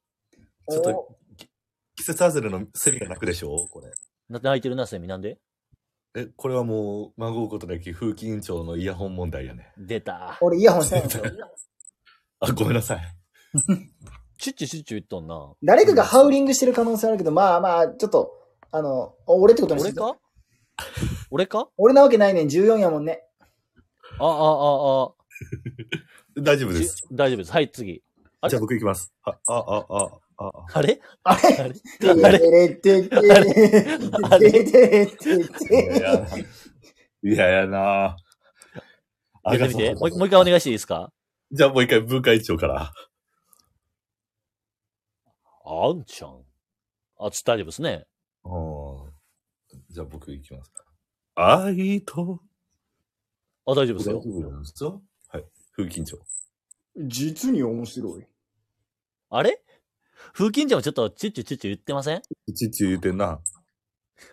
Speaker 4: ちょっと、季節外れのセミが泣くでしょこれ。
Speaker 3: な泣いてるな、セミ。なんで
Speaker 4: え、これはもう、まごうことなき風紀委員長のイヤホン問題やね。
Speaker 3: 出た。
Speaker 2: 俺イヤホンしたんですよ。
Speaker 4: あ、ごめんなさい。
Speaker 3: チュッチュチュッチュ言っとんな。
Speaker 2: 誰かがハウリングしてる可能性あるけど、まあまあ、ちょっと、あの、俺ってことにし
Speaker 3: 俺
Speaker 2: て
Speaker 4: <laughs>
Speaker 3: か俺か
Speaker 2: 俺なわけないねん、14やもんね。
Speaker 3: あ、あ、あ、あ、
Speaker 4: 大丈夫で
Speaker 3: ち
Speaker 4: す。
Speaker 3: 大丈夫です。はい、次。あれ
Speaker 4: じゃあ僕行きます。あ、あ、あ、あ、あ、
Speaker 3: あれ
Speaker 2: あれ
Speaker 3: あれ
Speaker 2: て
Speaker 3: あれ
Speaker 2: れてれてれてれて
Speaker 4: いやい
Speaker 2: て
Speaker 4: や、 <laughs> いややなあ
Speaker 3: やってみて。もう一もう一回お願いしていいですか
Speaker 4: じゃあもう一回文化委員長から。
Speaker 3: あんちゃん。あ、つ大丈夫ですね。
Speaker 4: うんじゃあ僕行きますか。愛と。
Speaker 3: あ、大丈夫ですよ。
Speaker 4: なんですよ。はい。風紀委員長。
Speaker 2: 実に面白い。
Speaker 3: あれ風琴ちゃんもちょっとチュッチュチュッチュ言ってません <laughs>
Speaker 4: うちち言うてんな。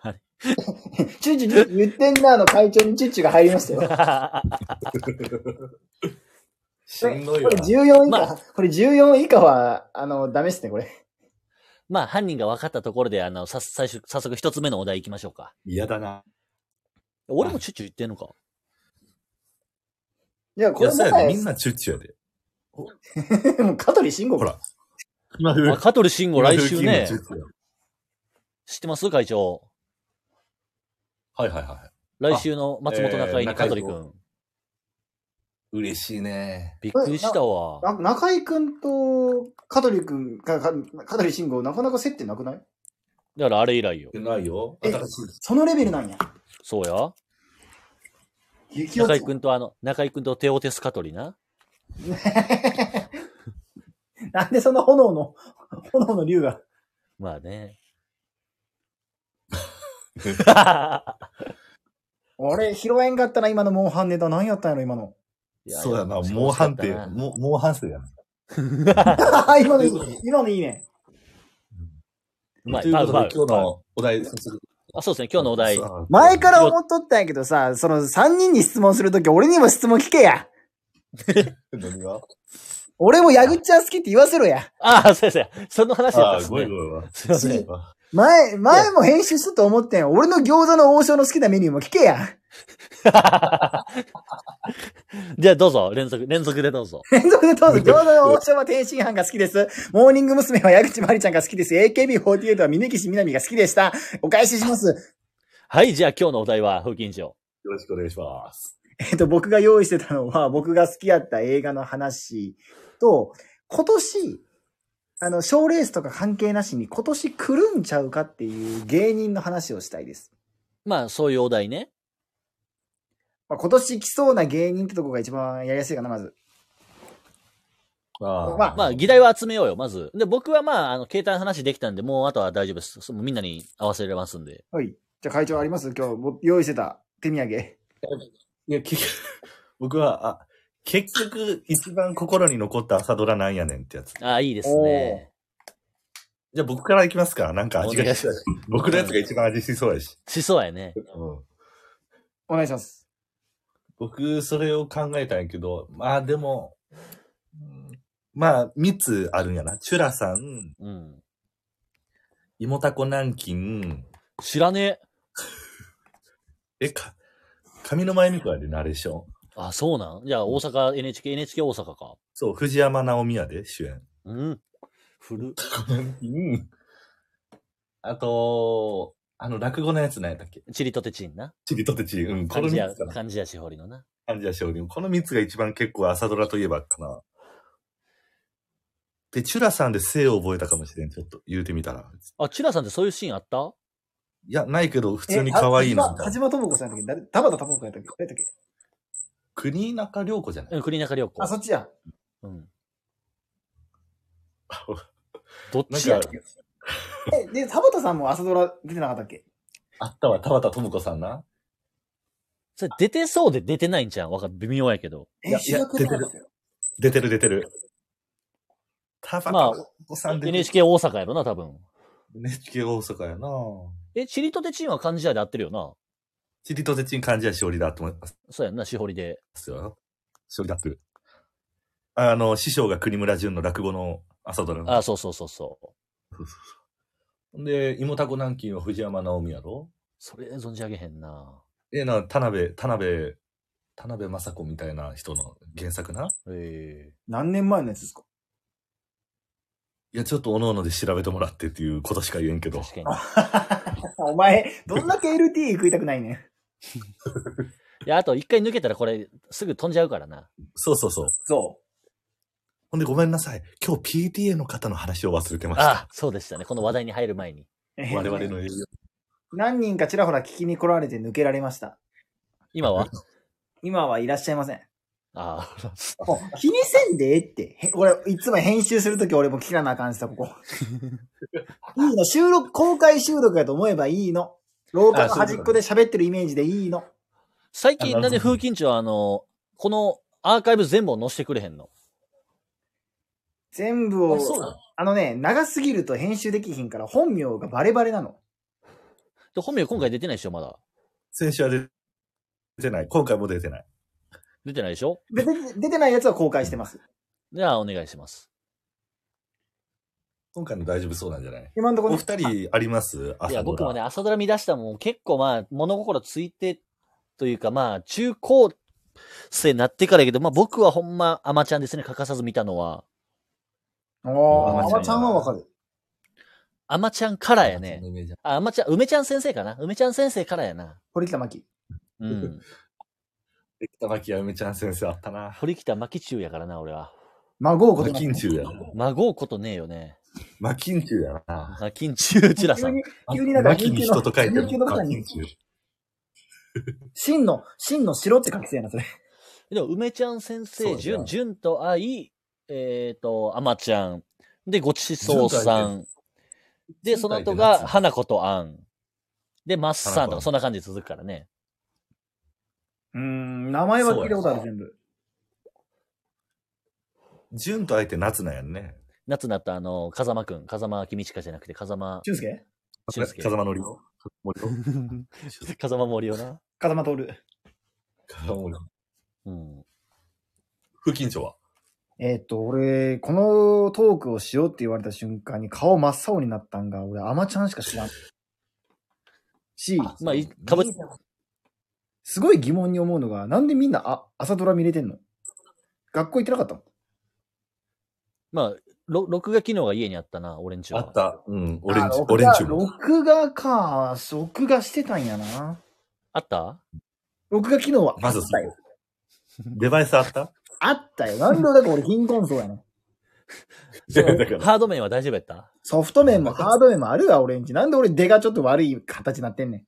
Speaker 2: チュッチュチュッチュ言ってんなあの会長にチュッチュが入りましたよ。
Speaker 4: しんどい
Speaker 2: こ
Speaker 4: わ
Speaker 2: れ。14以
Speaker 3: ま
Speaker 2: 下、これ14以下は、あの、ダメっすね、これ。
Speaker 3: まあ、犯人が分かったところで、あの、さ、最初、早速一つ目のお題行きましょうか。
Speaker 4: 嫌だな。
Speaker 3: 俺もチュッチュ言ってんのか。
Speaker 2: いや、これ
Speaker 4: いや、
Speaker 2: も
Speaker 4: そうやで。みん
Speaker 2: さ、
Speaker 4: なチュッチュやで。
Speaker 2: もう香取慎吾
Speaker 4: ほ
Speaker 2: か。
Speaker 4: ら。今風
Speaker 3: あ、香取慎吾来週ね
Speaker 4: 今風紀委員長チュ、ッチュや
Speaker 3: 知ってます会長。
Speaker 4: はいはいはい。
Speaker 3: 来週の松本中井
Speaker 4: えー
Speaker 3: に香取くん。
Speaker 4: 嬉しいね。
Speaker 3: びっくりしたわ。
Speaker 2: な中井くんと香取くんか、か香取慎吾、なかなか接点なくない
Speaker 3: だからあれ以来よ。
Speaker 4: ないよ。
Speaker 2: え
Speaker 4: 新しい。
Speaker 2: そのレベルなんや。
Speaker 3: そうや。
Speaker 2: 雪
Speaker 3: 中井
Speaker 2: 落ち。
Speaker 3: くんとあの、中井くんとテオテス香取な。
Speaker 2: なんでそんな炎の、 <laughs> 炎の竜が。
Speaker 3: まあね。
Speaker 2: 俺、拾えんかったな、今のモンハンネタ。何やったんやろ、今
Speaker 4: <laughs>
Speaker 2: の。
Speaker 4: <laughs> そうやな。猛反定。もう猛反省やな。
Speaker 2: 今のいい、今のいいね。
Speaker 3: まあ、
Speaker 4: という
Speaker 3: パウ
Speaker 4: こ
Speaker 3: パ
Speaker 4: と
Speaker 3: ウ
Speaker 4: で、今日のお題、早速
Speaker 3: あ、そうですね、今日のお題。
Speaker 4: さあ
Speaker 2: 前から思っとったんやけどさ、その3人に質問するとき、俺にも質問聞けや。
Speaker 4: 何が
Speaker 2: 俺もヤグちゃん好きって言わせろや。
Speaker 3: ああ、そうですね。その話だ
Speaker 4: あ
Speaker 3: ったんです
Speaker 4: あ、ごい
Speaker 3: ね
Speaker 4: ご。いわ。
Speaker 3: すいませ
Speaker 4: <laughs>
Speaker 3: ん。
Speaker 2: 前、前も編集しとった思ってん。俺の餃子の王将の好きなメニューも聞けや。
Speaker 3: <laughs> じゃあどうぞ、連続、連続でどうぞ。
Speaker 2: 連続でどうぞ、餃子の王将は天津飯が好きです。モーニング娘。は矢口まりちゃんが好きです。AKB48 は峯岸みなみが好きでした。お返しします。
Speaker 3: はい、じゃあ今日のお題は、風景上。
Speaker 4: よろしくお願いします。
Speaker 2: えっと、僕が用意してたのは、僕が好きやった映画の話と、今年、あの、賞ーレースとか関係なしに今年来るんちゃうかっていう芸人の話をしたいです。
Speaker 3: まあ、そういうお題ね。
Speaker 2: まあ、今年来そうな芸人ってとこが一番やりやすいかな、まず。
Speaker 4: ま
Speaker 2: まあ
Speaker 3: まあ、議題は集めようよ、まず。で、僕はまあ、あの、携帯の話できたんで、もうあとは大丈夫です。そのみんなに合わせれますんで。
Speaker 2: はい。じゃあ会長あります今日ぼ用意してた手土産。
Speaker 4: いや、結局、僕は、あ、結局、一番心に残った朝ドラなんやねんってやつ。
Speaker 3: ああ、いいですね。
Speaker 4: じゃあ僕からいきますか。なんか味
Speaker 3: お願
Speaker 4: が
Speaker 3: い
Speaker 4: し
Speaker 3: し
Speaker 4: そう
Speaker 3: ま
Speaker 4: やし。 <laughs> 僕のやつが一番味しそうやし。
Speaker 3: しそうやね。
Speaker 4: うん
Speaker 2: お願いします。
Speaker 4: 僕、それを考えたんやけど、まあでも、うんまあ、3つあるんやな。チュラさん、
Speaker 3: うん。
Speaker 4: イモタコ南京、
Speaker 3: 知らねえ。
Speaker 4: え、か、上沼恵美子やで、ナレーション。
Speaker 3: あ、そうなんじゃあ、大阪、NHK、NHK 大阪か。
Speaker 4: そう、藤山直美やで、主演。
Speaker 3: うん。古っ。
Speaker 4: うん。あと、あの、落語のやつ何やったっけ
Speaker 3: チリとてちんな。
Speaker 4: チリとてチリ。うん、こ
Speaker 3: 漢
Speaker 4: の
Speaker 3: 字や
Speaker 4: 3つか、な。
Speaker 3: 漢字やしほりのな。
Speaker 4: 感じやしょうね。この3つが一番結構朝ドラといえばかな。で、チュラさんで性を覚えたかもしれん、ちょっと言うてみたら。
Speaker 3: あ、チュラさんってそういうシーンあった
Speaker 4: いや、ないけど、普通に可愛いな
Speaker 2: えあ
Speaker 4: み
Speaker 2: 田島
Speaker 4: たいな。
Speaker 2: 田島智子さんやったっけ誰田畑智子やったっけ誰やったっけ
Speaker 4: 国中涼子じゃない、
Speaker 3: うん、国中涼子。
Speaker 2: あ、そっちや。
Speaker 3: うん。どっちや
Speaker 4: なんか
Speaker 2: え、で、田畑さんも朝ドラ出てなかったっけ
Speaker 4: あったわ、田畑智子さんな。
Speaker 3: それ出てそうで出てないんじゃん。わか微妙やけど。
Speaker 4: いや
Speaker 2: え、主役なんですよ。
Speaker 4: 出てる出てる。田
Speaker 3: まあ
Speaker 4: 畑智子さんで、
Speaker 3: NHK 大阪やろな、多分。
Speaker 4: NHK 大阪やな
Speaker 3: え、チリとてちんは漢字やで合ってるよな。
Speaker 4: チリとてちん感じやしおりだと思います
Speaker 3: そうやんな、しほりで。
Speaker 4: よ。しおりだってる。あの、師匠が国村淳の落語の朝ドラの
Speaker 3: あ、そうそうそうそう。
Speaker 4: で、芋タコ南京は藤山直美やろ
Speaker 3: それ存じ上げへんな。
Speaker 4: ええな、田辺、田辺、田辺雅子みたいな人の原作な。
Speaker 3: ええ
Speaker 2: 何年前のやつですか <laughs>
Speaker 4: いや、ちょっとおのので調べてもらってっていうことしか言えんけど。
Speaker 3: 確かに。
Speaker 2: お前、どんだけ LT 食いたくないねん。
Speaker 3: いや、あと一回抜けたらこれ、すぐ飛んじゃうからな。
Speaker 4: そうそうそう。
Speaker 2: そ
Speaker 4: ほんでごめんなさい。今日 PTA の方の話を忘れてました。
Speaker 3: あそうでしたね。この話題に入る前に。
Speaker 2: う。
Speaker 4: 我々の営業。
Speaker 2: 何人かちらほら聞きに来られて抜けられました。
Speaker 3: 今は
Speaker 2: 今はいらっしゃいません。
Speaker 3: ああ、
Speaker 2: もう気にせんでええって。へ俺、いつも編集するとき俺も聞かなあかんしさ、こ
Speaker 4: <laughs>
Speaker 2: こ。いいの、収録、公開収録やと思えばいいの。廊下の端っこで喋ってるイメージでいいの。
Speaker 3: 最近なんで風景長はあの、このアーカイブ全部を載せてくれへんの
Speaker 2: 全部を
Speaker 4: あ、そうなの
Speaker 2: あのね、長すぎると編集できひんから本名がバレバレなの。
Speaker 3: で、本名今回出てないでしょ、まだ。
Speaker 4: 先週は出てない。今回も出てない。
Speaker 3: 出てないでしょ
Speaker 2: で、で出てないやつは公開してます。
Speaker 3: じゃあお願いします。
Speaker 4: 今回の大丈夫そうなんじゃない
Speaker 2: 今のとこ
Speaker 4: お
Speaker 2: ろ、
Speaker 4: 二人あります朝ドラ
Speaker 3: いや、僕もね、朝ドラ見出したもん、結構まあ、物心ついてというか、まあ、中高生になってからやけど、まあ僕はほんま、アマちゃんですね、欠かさず見たのは、
Speaker 2: おー、
Speaker 4: あ
Speaker 2: あ
Speaker 4: ま
Speaker 2: ま
Speaker 4: ち
Speaker 2: ち
Speaker 4: ゃ
Speaker 2: ゃ
Speaker 4: ん
Speaker 2: ん
Speaker 4: は
Speaker 2: は
Speaker 4: わ
Speaker 2: わ
Speaker 4: か
Speaker 2: かる。
Speaker 3: アマちゃんからやね。
Speaker 4: そのイメージ
Speaker 3: あ、アマちゃん、梅ちゃん先生かな梅ちゃん先生からやな。
Speaker 2: 堀北真希。
Speaker 3: うん。
Speaker 4: で北脇あゆめちゃん先生あったな。
Speaker 3: 堀北真希中やからな、俺は。
Speaker 2: 孫をこ
Speaker 4: マ
Speaker 2: と
Speaker 4: キンチュウやな。
Speaker 3: 孫うことねえよね。
Speaker 4: マキンチュウやな。
Speaker 3: あ、金中チラさ
Speaker 2: 急
Speaker 3: ん
Speaker 2: に。、急になんか、
Speaker 4: マキに人と書いて
Speaker 2: 有給
Speaker 4: る。
Speaker 2: の方
Speaker 4: マキ
Speaker 2: に
Speaker 4: ン、チュウ
Speaker 2: 真の、真の白って書きそうやな、それ。
Speaker 3: でも、梅ちゃん先
Speaker 4: そう
Speaker 3: 生、
Speaker 4: だ
Speaker 3: じゅん、じゅんと愛、えっ、と、あまちゃん。で、ごちそうさん。で、その後が、花子とあん。で、まっさんと
Speaker 4: 花子
Speaker 3: か、そんな感じで続くからね。
Speaker 2: うーん、名前は聞いたことある、全部。
Speaker 4: 純とあえて夏なんやんね。
Speaker 3: 夏になった、あの、風間くん。風間君近じゃなくて、間風
Speaker 2: <laughs>
Speaker 3: 間
Speaker 2: 俊介
Speaker 3: 俊介。
Speaker 4: 風間のりお。風間
Speaker 3: 風間森よな。
Speaker 2: 風間徹。
Speaker 4: のりお。
Speaker 3: うん。
Speaker 4: 不緊張は
Speaker 2: えーっと、俺、このトークをしようって言われた瞬間に顔真っ青になったんが、俺、アマちゃんしか知らん。し、
Speaker 3: まあ、いかぶっ、
Speaker 2: すごい疑問に思うのが、なんでみんな、あ、朝ドラ見れてんの学校行ってなかったの
Speaker 3: まあ、ろ録画機能が家にあったな、俺んち
Speaker 4: あ
Speaker 3: は。
Speaker 4: った。うん。オレンジ
Speaker 2: あ、録
Speaker 4: オレン
Speaker 2: 画
Speaker 4: ジも。
Speaker 2: 録画か。録画してたんやな。
Speaker 3: あった
Speaker 2: 録画機能はあ
Speaker 4: ま
Speaker 2: っ
Speaker 4: ず
Speaker 2: たよ。
Speaker 4: デバイスあった
Speaker 2: あったよ。なんでだから俺貧困層やね
Speaker 4: <laughs>
Speaker 2: ん。
Speaker 4: いやだから、
Speaker 3: ハード面は大丈夫やった
Speaker 2: ソフト面もハード面もあるわ、俺んち。なんで俺出がちょっと悪い形になってんね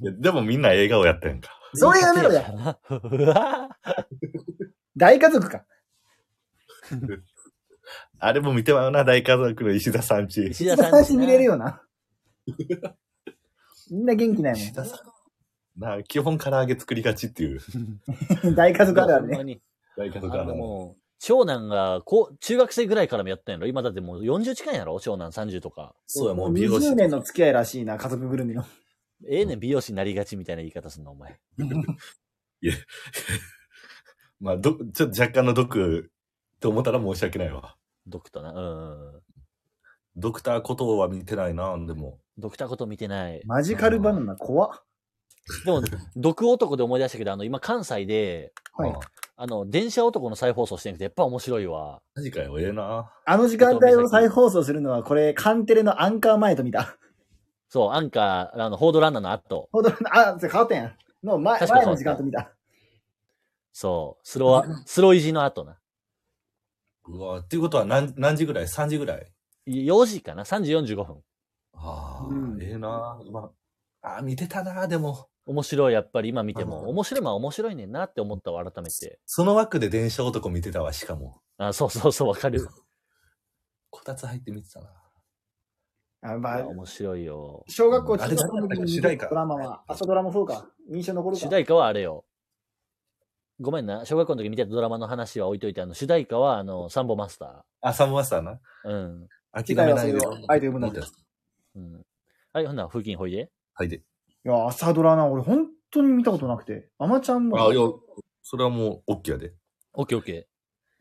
Speaker 2: ん。
Speaker 4: いやでもみんな笑顔やったやんか。
Speaker 2: それやめろや。
Speaker 3: <laughs> うわ
Speaker 2: 大家族か。
Speaker 4: あれも見てまうな、大家族の石田さんち。
Speaker 3: 石
Speaker 2: 一
Speaker 3: 田さんちな
Speaker 2: 番し見れるよな。みんな元気ない
Speaker 4: 石田
Speaker 2: も
Speaker 4: さん。なあ、基本唐揚げ作りがちっていう。
Speaker 2: ん。大家族あるある
Speaker 3: ほんま
Speaker 2: ね。
Speaker 3: に
Speaker 4: 大家族
Speaker 3: あ
Speaker 4: あ
Speaker 3: の
Speaker 4: る
Speaker 3: もう、長男が、こう、中学生ぐらいからもやったんやろ今だってもう40近いんやろ長男30とか。
Speaker 4: そうや、もう美容師
Speaker 2: 20。年の付き合いらしいな、家族ぐるみの。
Speaker 3: ええねん、美容師になりがちみたいな言い方すんの、お前。
Speaker 4: まあ、ど、ちょっと若干の毒って思ったら申し訳ないわ。
Speaker 3: ドクターな。うんうん。
Speaker 4: ドクターことは見てないな、でも。
Speaker 3: ドクターこと見てない。
Speaker 2: マジカルバナナ怖っ。
Speaker 3: でも、毒男で思い出したけど、あの、今関西で、
Speaker 2: はい
Speaker 4: ああ
Speaker 3: あの、電車男の再放送してんけど、やっぱ面白いわ。
Speaker 4: マジかよ、ええな。
Speaker 2: あの時間帯を再放送するのは、これ、カンテレのアンカー前と見た。
Speaker 3: そう、アンカー、あの、報道ランナーの後。
Speaker 2: ほど、あ、それ変わったやん。の前、
Speaker 3: 確か
Speaker 2: 前
Speaker 3: に変わ
Speaker 2: の
Speaker 3: った
Speaker 2: 時間と見た。
Speaker 3: そう、スロー、スローいじの後な。
Speaker 4: うわ、っていうことは何何時ぐらい ?3 時ぐらい
Speaker 3: 4時かな ?3 時45分。
Speaker 4: ああ、
Speaker 2: うん
Speaker 4: ええな。今、ああ、見てたな、でも。
Speaker 3: 面白い、やっぱり今見ても。
Speaker 4: うん
Speaker 3: 面白いもんは面白いねんなって思ったわ、改めて。
Speaker 4: その枠で電車男見てたわ、しかも。
Speaker 3: あ、そうそうそう、わかる。
Speaker 4: こたつ入って見てたな。
Speaker 2: あ
Speaker 3: い
Speaker 2: まあ
Speaker 3: や、面白いよ。
Speaker 2: 小学校
Speaker 4: あれ
Speaker 2: 中学校の時に見
Speaker 4: 主題
Speaker 2: た
Speaker 4: 歌
Speaker 2: ドラマは、あ、そうドラマそうか。印象残るか。
Speaker 3: 主題歌はあれよ。ごめんな、小学校の時見てたドラマの話は置いといて、あの、主題歌は、あの、サンボマスタ
Speaker 4: あ、サムマスターな。
Speaker 3: ー。うん。
Speaker 4: 諦めな
Speaker 2: 次回はそ
Speaker 4: いで
Speaker 2: れを。愛と呼ぶな
Speaker 4: 見てた
Speaker 3: うん。はい、ほんなら、風景ほいで。
Speaker 4: はいで。
Speaker 2: いや、朝ドラな、俺本当に見たことなくて。アマちゃんも
Speaker 4: あ、い、や、それはもう、オッケーやで。
Speaker 3: オッケーオッケ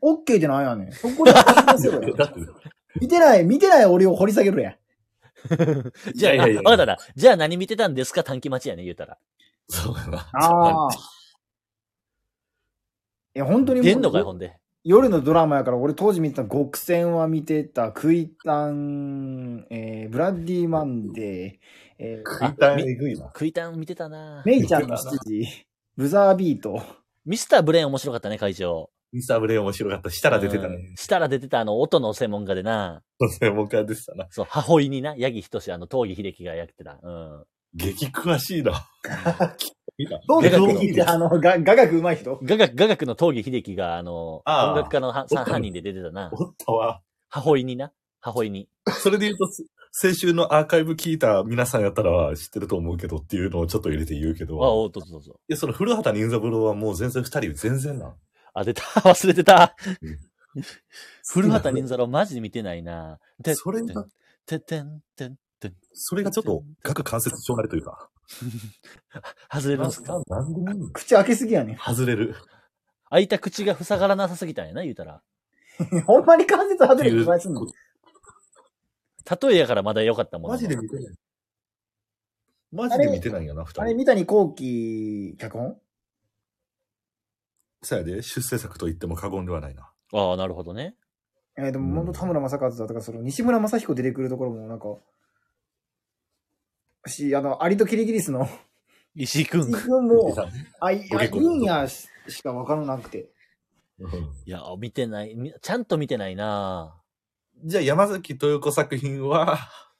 Speaker 2: オッケーじゃないやねん。そこで話せろよ
Speaker 4: だって
Speaker 2: 見てない、見てない俺を掘り下げるやん。
Speaker 3: <laughs> ー。
Speaker 4: いやいやいや
Speaker 3: あわかったな。じゃあ何見てたんですか短期待ちやね、言うたら。
Speaker 4: そうやな。
Speaker 2: ああ。いや、本当にもう
Speaker 3: 出んのかよ、ほんで。
Speaker 2: 夜のドラマやから、俺当時見てた極戦は見てた、クイタン、えー、ブラッディマンデー、えー、
Speaker 4: 食いたいえぐいな。
Speaker 3: クイタン見てたな
Speaker 2: メイちゃんの7時、ブザービート。
Speaker 3: ミスターブレーン面白かったね、会長。
Speaker 4: ミスターブレイ面白かった。したら出てた
Speaker 3: う
Speaker 4: ね
Speaker 3: ん。したら出てた、あの、音の専門家でな。
Speaker 4: そうね、 <laughs> 僕は出てたな。
Speaker 3: そう、母親にな、八木仁志、あの、東儀秀樹がやってた。うん。
Speaker 4: 激詳しいな。見た
Speaker 2: どうです
Speaker 4: 激
Speaker 2: か
Speaker 4: 詳しいな
Speaker 2: あの、が雅楽うまい人
Speaker 3: 雅楽、雅楽の東儀秀樹が、あの、
Speaker 4: あー
Speaker 3: 音楽家のは
Speaker 4: おった
Speaker 3: 三犯人で出てたな。
Speaker 4: おったわ。
Speaker 3: 母親にな。母親に。
Speaker 4: それで言うと、す先週のアーカイブ聞いた皆さんやったら知ってると思うけどっていうのをちょっと入れて言うけ
Speaker 3: あ、
Speaker 4: ど。
Speaker 3: おうどうぞどうぞ。
Speaker 4: いや、その古畑任三郎はもう全然二人全然な。
Speaker 3: あ、出た。 <laughs> 忘れてた
Speaker 4: うん。
Speaker 3: 古畑任三郎 <laughs> マジで見てないな。て
Speaker 4: それが、
Speaker 3: ててんてん。
Speaker 4: それがちょっと、顎関節障害というか。
Speaker 3: 外れるん
Speaker 4: な
Speaker 3: ですか
Speaker 4: なんでもいいの
Speaker 2: 口開けすぎやねん。 <laughs>
Speaker 4: 外れる。
Speaker 3: 開いた口が塞がらなさすぎたんやな、言うたら。
Speaker 2: ほんまに関節外れ
Speaker 4: ってい
Speaker 2: て
Speaker 4: う
Speaker 2: どないすんの
Speaker 3: 例えやからまだ良かったもん。
Speaker 4: マジで見てない。マジで見てないよな、二
Speaker 2: あれ、
Speaker 4: 人。
Speaker 2: 三谷幸喜脚本
Speaker 4: そやで、出世作と言っても過言ではないな。
Speaker 3: ああ、なるほどね。
Speaker 2: えー、で
Speaker 4: うん
Speaker 2: も、本当田村正和だとか、その、西村正彦出てくるところも、なんか、し、あの、アリとキリギリスの、
Speaker 3: 石井くん。
Speaker 2: 自分も、あ、い
Speaker 4: ご
Speaker 2: や、い
Speaker 4: 結婚
Speaker 2: いんやししかわからなくて。
Speaker 4: うん
Speaker 3: いや、見てない。みちゃんと見てないな
Speaker 4: じゃあ、山崎豊子作品は、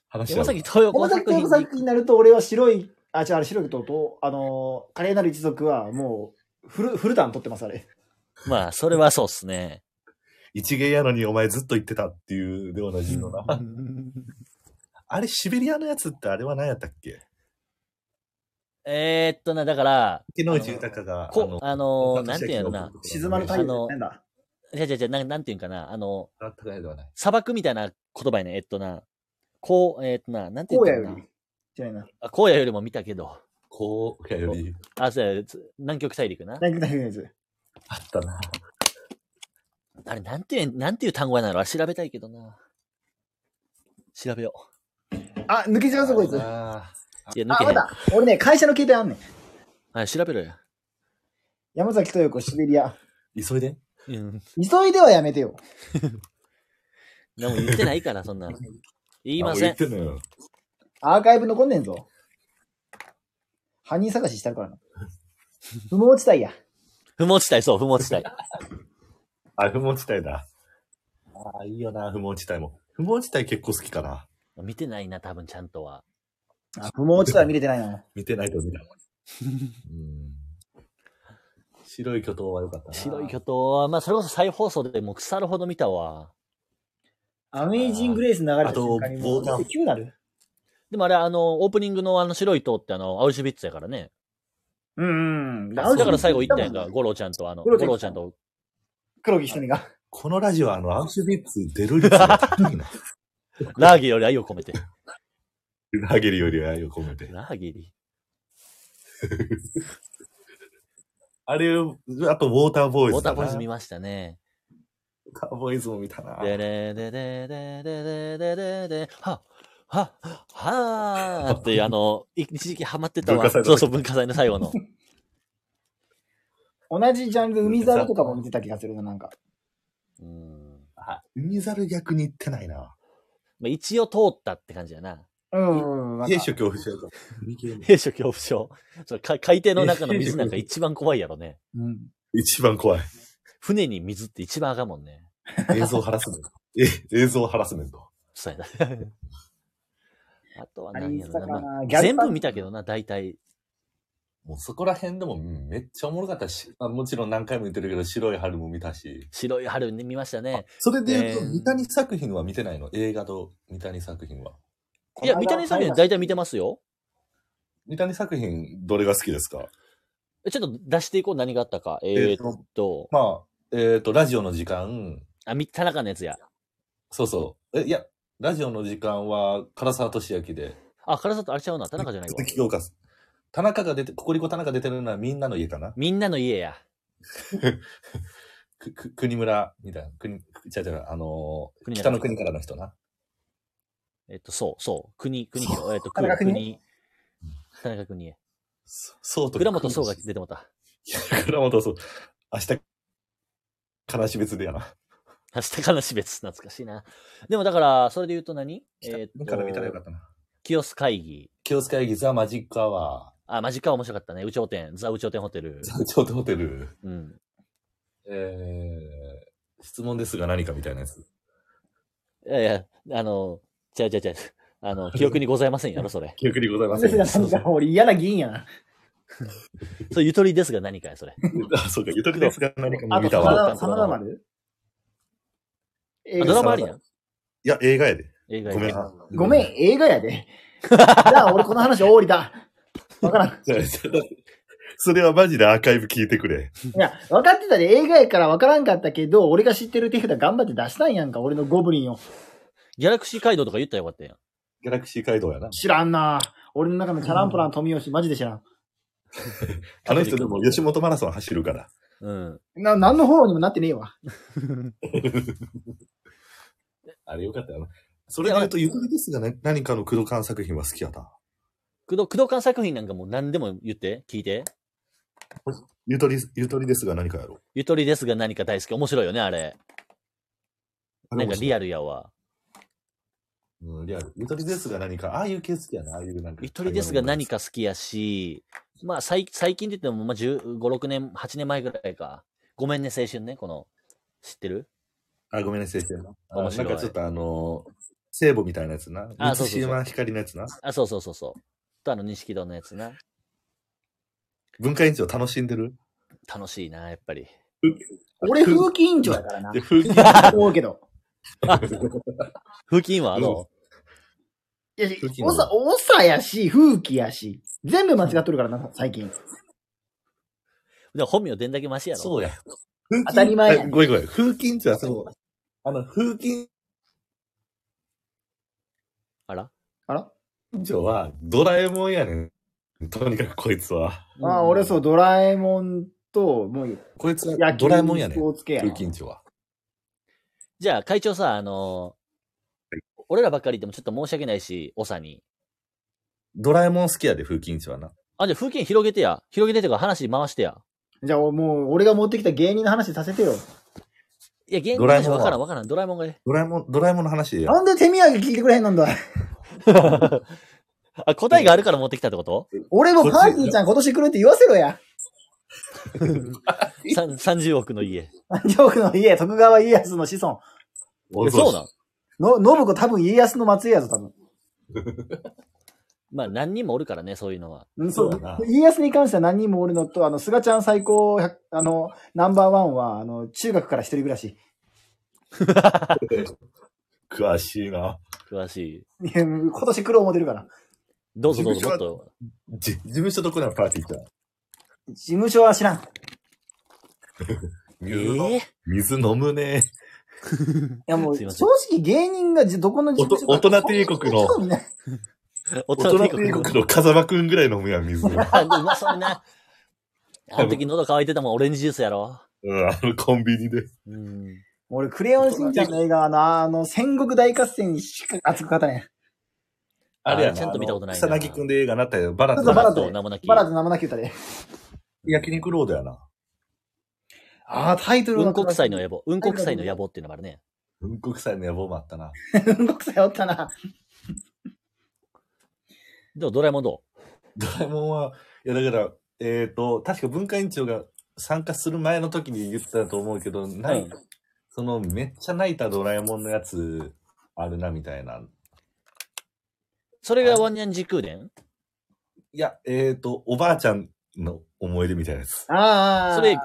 Speaker 4: 話し
Speaker 3: 山
Speaker 4: 合う
Speaker 3: 崎豊
Speaker 2: こ
Speaker 3: 子
Speaker 2: の作
Speaker 3: 作品
Speaker 2: 品
Speaker 3: に
Speaker 2: 作品になると、俺は白い、あ、違う、あれ白いとと、あのー、華麗なる一族は、もう、フル、フルターン取ってます、あ
Speaker 4: <laughs>
Speaker 2: れ。
Speaker 3: まあ、それはそうっすね。
Speaker 4: 一芸やのにお前ずっと言ってたっていうでおなじみのな。あれ、シベリアのやつってあれは何やったっけ
Speaker 3: えーっとな、だから、
Speaker 4: 池之内豊が。
Speaker 3: こ、あのー、なんていうんやろな。
Speaker 2: 静まる太
Speaker 3: あの
Speaker 2: 陽。なんだ。
Speaker 3: じゃじゃじゃ、ななんていうんかな。あの、
Speaker 4: あったかいではない。
Speaker 3: 砂漠みたいな言葉やね。えっとな、こう、えーっとな、なんてい
Speaker 2: 荒
Speaker 3: う
Speaker 2: 野
Speaker 3: んか
Speaker 2: よ
Speaker 3: な
Speaker 2: り。。じゃないな。
Speaker 3: あ荒野よりも見たけど。
Speaker 4: こうやより、
Speaker 3: あ、そうや、つ南極大陸な。
Speaker 2: 大学大学のやつ。
Speaker 4: あったな。
Speaker 3: あれ、なんていう、なんていう単語やなのあれ調べたいけどな。調べよ
Speaker 2: あ、抜けちゃうぞ、こいつ。あ、
Speaker 4: あ
Speaker 3: う。いや、抜けへ
Speaker 2: ま
Speaker 3: ん。
Speaker 2: だ。俺ね、会社の携帯あんねん。
Speaker 3: はい、調べろよ。
Speaker 2: 山崎豊子、シベリア。
Speaker 4: ー急いで。
Speaker 3: うん。
Speaker 2: 急いではやめてよ。
Speaker 3: でも言ってないから、そんな。言いませ
Speaker 4: 言
Speaker 3: ん
Speaker 4: っ。てんのよ。
Speaker 2: アーカイブ残んねんぞ。犯人探ししたるからな。不毛地帯や。
Speaker 3: 不毛地帯、そう、不毛地帯。
Speaker 4: あ、不毛地帯だ。ああ、いいよな、不毛地帯も。不毛地帯結構好きかな。
Speaker 3: 見てないな、多分ちゃんとは。
Speaker 2: あ不毛地帯見れてないな。
Speaker 4: 見てないと見た。うん白い巨頭は良かったな。
Speaker 3: 白い巨頭は、まあ、それこそ再放送でもう腐るほど見たわ。
Speaker 2: アメイジングレース流れた瞬間にも
Speaker 4: あと防弾
Speaker 2: う、急なる
Speaker 3: でもあれ、あの、オープニングのあの白い塔ってあの、アウシュビッツやからね。
Speaker 2: うんうん。
Speaker 3: だから最後言ったやん
Speaker 2: だ
Speaker 3: か、
Speaker 2: もん
Speaker 3: 五郎ちゃんとあの、
Speaker 2: 五郎
Speaker 3: 五
Speaker 2: ちゃん
Speaker 3: 郎ちゃんと。
Speaker 2: 黒木瞳が。
Speaker 4: このラジオはあの、アウシュビッツ出る率が高いな。
Speaker 3: ラーゲリより愛を込めて。
Speaker 4: ラゲリより愛を込めて。
Speaker 3: ラーゲリ。
Speaker 4: あれ、あとウォーターボ
Speaker 3: ウ
Speaker 4: ーイ
Speaker 3: ォー
Speaker 4: ズ
Speaker 3: ター
Speaker 4: だな。
Speaker 3: ボーイズ見ましたね。
Speaker 4: カウボーイズム見たな。
Speaker 3: でれでででででででで、はははーっていう、あの、い一時期ハマってた
Speaker 4: 文
Speaker 3: わ。
Speaker 4: 化祭
Speaker 3: そ
Speaker 4: の
Speaker 3: うそう、文化祭の最後の。
Speaker 2: 同じジャンル、海猿とかも見てた気がするな、なんか。
Speaker 3: うん
Speaker 4: あ海猿逆に行ってないな。
Speaker 3: まあ、一応通ったって感じやな。
Speaker 2: うん、うん。なんか
Speaker 4: 兵所恐怖症と。
Speaker 3: 兵所恐怖症。それか海底の中の水なんか一番怖いやろね。
Speaker 2: うん。
Speaker 4: 一番怖い。
Speaker 3: 船に水って一番あかんもんね。
Speaker 4: 映像ハラスメント。 <laughs> え、映像ハラスメント。
Speaker 3: そうやな。あとは
Speaker 2: あれ
Speaker 3: 何
Speaker 2: 見
Speaker 3: や
Speaker 2: て
Speaker 3: ろ
Speaker 2: たか
Speaker 3: な。
Speaker 2: な
Speaker 3: まあ
Speaker 2: ギャル
Speaker 3: 全
Speaker 2: パン
Speaker 3: 部見たけどな、大体。
Speaker 4: もうそこら辺でもうんめっちゃおもろかったし、あもちろん何回も言ってるけど、白い春も見たし。
Speaker 3: 白い春に見ましたね。
Speaker 4: それで言うと、
Speaker 3: えー
Speaker 4: 三谷作品は見てないの映画と三谷作品は。
Speaker 3: いや、三谷さんには大体見てますよ。
Speaker 4: 三谷作品、どれが好きですか
Speaker 3: えちょっと出していこう、何があったか。えー、っと、
Speaker 4: まあ、えっ、と、ラジオの時間、
Speaker 3: あ、み田中のやつや。
Speaker 4: そうそう。え、いや、ラジオの時間は、唐沢俊明で。
Speaker 3: あ、唐沢とあれちゃうな、田中じゃないわ。
Speaker 4: 鈴木京香さん田中が出て、ココリコ田中出てるのはみんなの家かな
Speaker 3: みんなの家や。
Speaker 4: く、く、国村、みたいな。国、く違う違う、あのー
Speaker 3: 国村
Speaker 4: 北の国からの人な。
Speaker 3: えっと、そう、そう。国、国広、えっと、
Speaker 2: 田中
Speaker 3: 国、
Speaker 2: 邦
Speaker 3: 国、田中国へ。
Speaker 4: そそうと
Speaker 3: 倉本壮が出てもた。
Speaker 4: <laughs> 倉本そう。明日、悲し別でやな。
Speaker 3: 明日から死別、懐かしいな。でもだから、それで言うと何え
Speaker 4: だ
Speaker 3: っ
Speaker 4: から見たらよか
Speaker 3: と、
Speaker 4: ったな。
Speaker 3: 清須会議。
Speaker 4: 清塚会議ザ・マジック・アワ
Speaker 3: あ、マジか面白かったね。宇頂天、ザ宇頂天ホテル
Speaker 4: ー、。ザ・京都ホテル、
Speaker 3: うん。
Speaker 4: えー、質問ですが何かみたいなやつ。
Speaker 3: いやいや、あの、ちゃうちゃうちゃう。あの、記憶にございませんやろ、それ。
Speaker 4: 記憶にございませ
Speaker 2: 私
Speaker 4: <laughs> ん。
Speaker 2: がなんか俺嫌な議員やな。
Speaker 3: それ、ゆとりですが何かや、それ。
Speaker 4: あ、そうか、ゆとりですが何かも
Speaker 2: あ
Speaker 4: う見
Speaker 2: と、
Speaker 4: た
Speaker 2: 真
Speaker 3: 真
Speaker 4: わ。
Speaker 3: 田
Speaker 2: 田真田丸映
Speaker 3: あ
Speaker 2: 画
Speaker 3: ドラマありやん。
Speaker 4: いや、映画やで。
Speaker 3: 映画
Speaker 4: ごめん
Speaker 3: や。
Speaker 4: な。
Speaker 2: ごめん、映画やで。 <laughs> じゃあ、俺この話終わりだ。わからん。
Speaker 4: じゃあじゃあ <laughs> それはマジでアーカイブ聞いてくれ。
Speaker 2: いや、分かってたで、映画やから分からんかったけど、俺が知ってる手札頑張って出したんやんか、俺のゴブリンを。
Speaker 3: ギャラクシー街道とか言ったらよかったやん。
Speaker 4: ギャラクシー街道やな。
Speaker 2: 知らんな俺の中のチャランポラン富吉、マジで知らん。
Speaker 4: あの人でも吉本マラソン走るから。
Speaker 3: うん。
Speaker 2: な、何のフォローにもなってねえわ。
Speaker 4: あれよかったよな。それで言うと、ゆとりですが、ね、何かの工藤館作品は好きやな。
Speaker 3: 工藤、工藤館作品なんかもう何でも言って、聞いて。
Speaker 4: ゆとり、ゆとりですが何かやろ
Speaker 3: ゆとりですが何か大好き。面白いよね、あれ。
Speaker 4: う。
Speaker 3: なんかリ
Speaker 4: ア
Speaker 3: アルやわ。
Speaker 4: ル。うん、リアル。ゆとりですが何か、ああいう系好きやな、ああいうなんか。
Speaker 3: ゆとりですが何。か好きやし、まあ最最近で言っても、まあ、15、6年、8年前ぐらいか。ごめんね、青春ね、この。知ってる
Speaker 4: あ、ごめんなさい、先生。あ
Speaker 3: 面白い
Speaker 4: なんかちょっとあのー、聖母みたいなやつな。
Speaker 3: あ
Speaker 4: あ、
Speaker 3: そ
Speaker 4: そうう
Speaker 3: そうそう
Speaker 4: 光のやつな。
Speaker 3: あ、そうそうそうそう。とあの、錦戸のやつな。
Speaker 4: 文化委員長楽しんでる
Speaker 3: 楽しいな、やっぱり。
Speaker 2: 俺、風紀委員長やからな
Speaker 4: で、。風紀委員 <laughs>
Speaker 2: 思うけど。
Speaker 3: 風紀委員はあ
Speaker 4: うん
Speaker 3: の、
Speaker 2: いや
Speaker 4: 風紀、委員
Speaker 2: おさ、おさやし、風紀やし。全部間違っとるからな、最近。
Speaker 3: でも本名でんだけマシやろ。
Speaker 4: そうや。
Speaker 2: 当たり前や
Speaker 4: あごめんごめん。風紀委員長はそう。あの、風紀委
Speaker 3: あら
Speaker 2: あら
Speaker 4: 員長はドラえもんやねん。とにかくこいつは。
Speaker 2: ああ、俺そう、ドラえもんと、もう、
Speaker 4: こいつは
Speaker 2: 野球
Speaker 4: ドラえもんやね
Speaker 2: スポ
Speaker 4: ん。
Speaker 2: ーツ系やな
Speaker 4: 風紀委員長は。
Speaker 3: じゃあ、会長さ、あのー俺らばっかりでもちょっと申し訳ないし、おさに。
Speaker 4: ドラえもん好きやで、風紀委員長はな。
Speaker 3: あ、じゃあ、風景広げてや。広げてとか話回してや。
Speaker 2: じゃあ、もう、俺が持ってきた芸人の話させてよ。
Speaker 3: いや、現
Speaker 4: ド
Speaker 3: 場
Speaker 4: ラえもんは
Speaker 3: わからんわからん。ドラえもんが
Speaker 4: <laughs>
Speaker 3: ね
Speaker 4: ドラえもん、ドラえもんの話でや
Speaker 2: なんで手土産聞いてくれへんのんだ。
Speaker 3: あ、答えがあるから持ってきたってこと
Speaker 2: 俺もパーティーちゃん今年来るって言わせろや。 <laughs>
Speaker 3: さん ?30 億の家。
Speaker 2: 南城区の家、徳川家康の子孫。
Speaker 3: えそうなん
Speaker 2: の、信子多分家康の末裔やぞ、多分。
Speaker 3: まあ、何人もおるからね、そういうのは。
Speaker 2: うん、
Speaker 4: そうだな
Speaker 2: 家康に関しては何人もおるのと、あの、菅ちゃん最高100、あの、ナンバーワンは、あの、中学から一人暮らし。
Speaker 4: 詳しいな。
Speaker 3: 詳しい。
Speaker 2: いや今年苦労も出るから。
Speaker 3: どうぞどうぞ、もっ
Speaker 4: 事務所
Speaker 3: と。
Speaker 4: じ事務所どこなのパーティーか。
Speaker 2: 事務所は知らん。い
Speaker 3: え
Speaker 4: 水飲
Speaker 3: え
Speaker 4: 水飲むね。
Speaker 2: やもう、
Speaker 3: すいませ
Speaker 2: 正
Speaker 3: ん
Speaker 2: 直芸人がじどこの事務所
Speaker 4: おと大人帝国の
Speaker 2: 興味ない
Speaker 3: 大
Speaker 4: 大
Speaker 3: 人
Speaker 4: 人
Speaker 3: 帝
Speaker 4: 帝
Speaker 3: 国
Speaker 4: 国の風間くんぐらい飲むやん、
Speaker 2: <laughs>
Speaker 4: 水。うん、あ
Speaker 3: あうまそうにな。あの時喉乾いてたもん、オレンジジュースやろ。
Speaker 4: のコンビニで。
Speaker 3: うん。
Speaker 2: 俺、クレヨンしんちゃんの映画はな、あの、戦国大合戦にしか熱く語れん。
Speaker 4: あれや
Speaker 3: あーちゃんと見たことないな
Speaker 4: 草薙くんで映画になったよ。バラ
Speaker 2: そ
Speaker 4: と
Speaker 2: うそうバラ
Speaker 3: と
Speaker 2: と
Speaker 3: 名もなき。
Speaker 2: バラと生なき歌で。
Speaker 4: 焼肉ロードやな。
Speaker 2: ああ、タイトル
Speaker 3: うん
Speaker 2: が
Speaker 3: こくさいの野望。うんこくさいの野望っていうのもあるね。
Speaker 4: うんこ臭いの野望もあったな。
Speaker 2: うんこくさいおったな。
Speaker 3: どうドラえもんど
Speaker 4: ドラえもんは、いやだから、えっ、と、確か文化委員長が参加する前の時に言ってたと思うけど、ない、
Speaker 3: うん
Speaker 4: そのめっちゃ泣いたドラえもんのやつあるなみたいな。
Speaker 3: うそれがワンニャン時空伝
Speaker 4: いや、えっ、と、おばあちゃんの思い出みたいなやつ。
Speaker 2: ああ。
Speaker 3: それ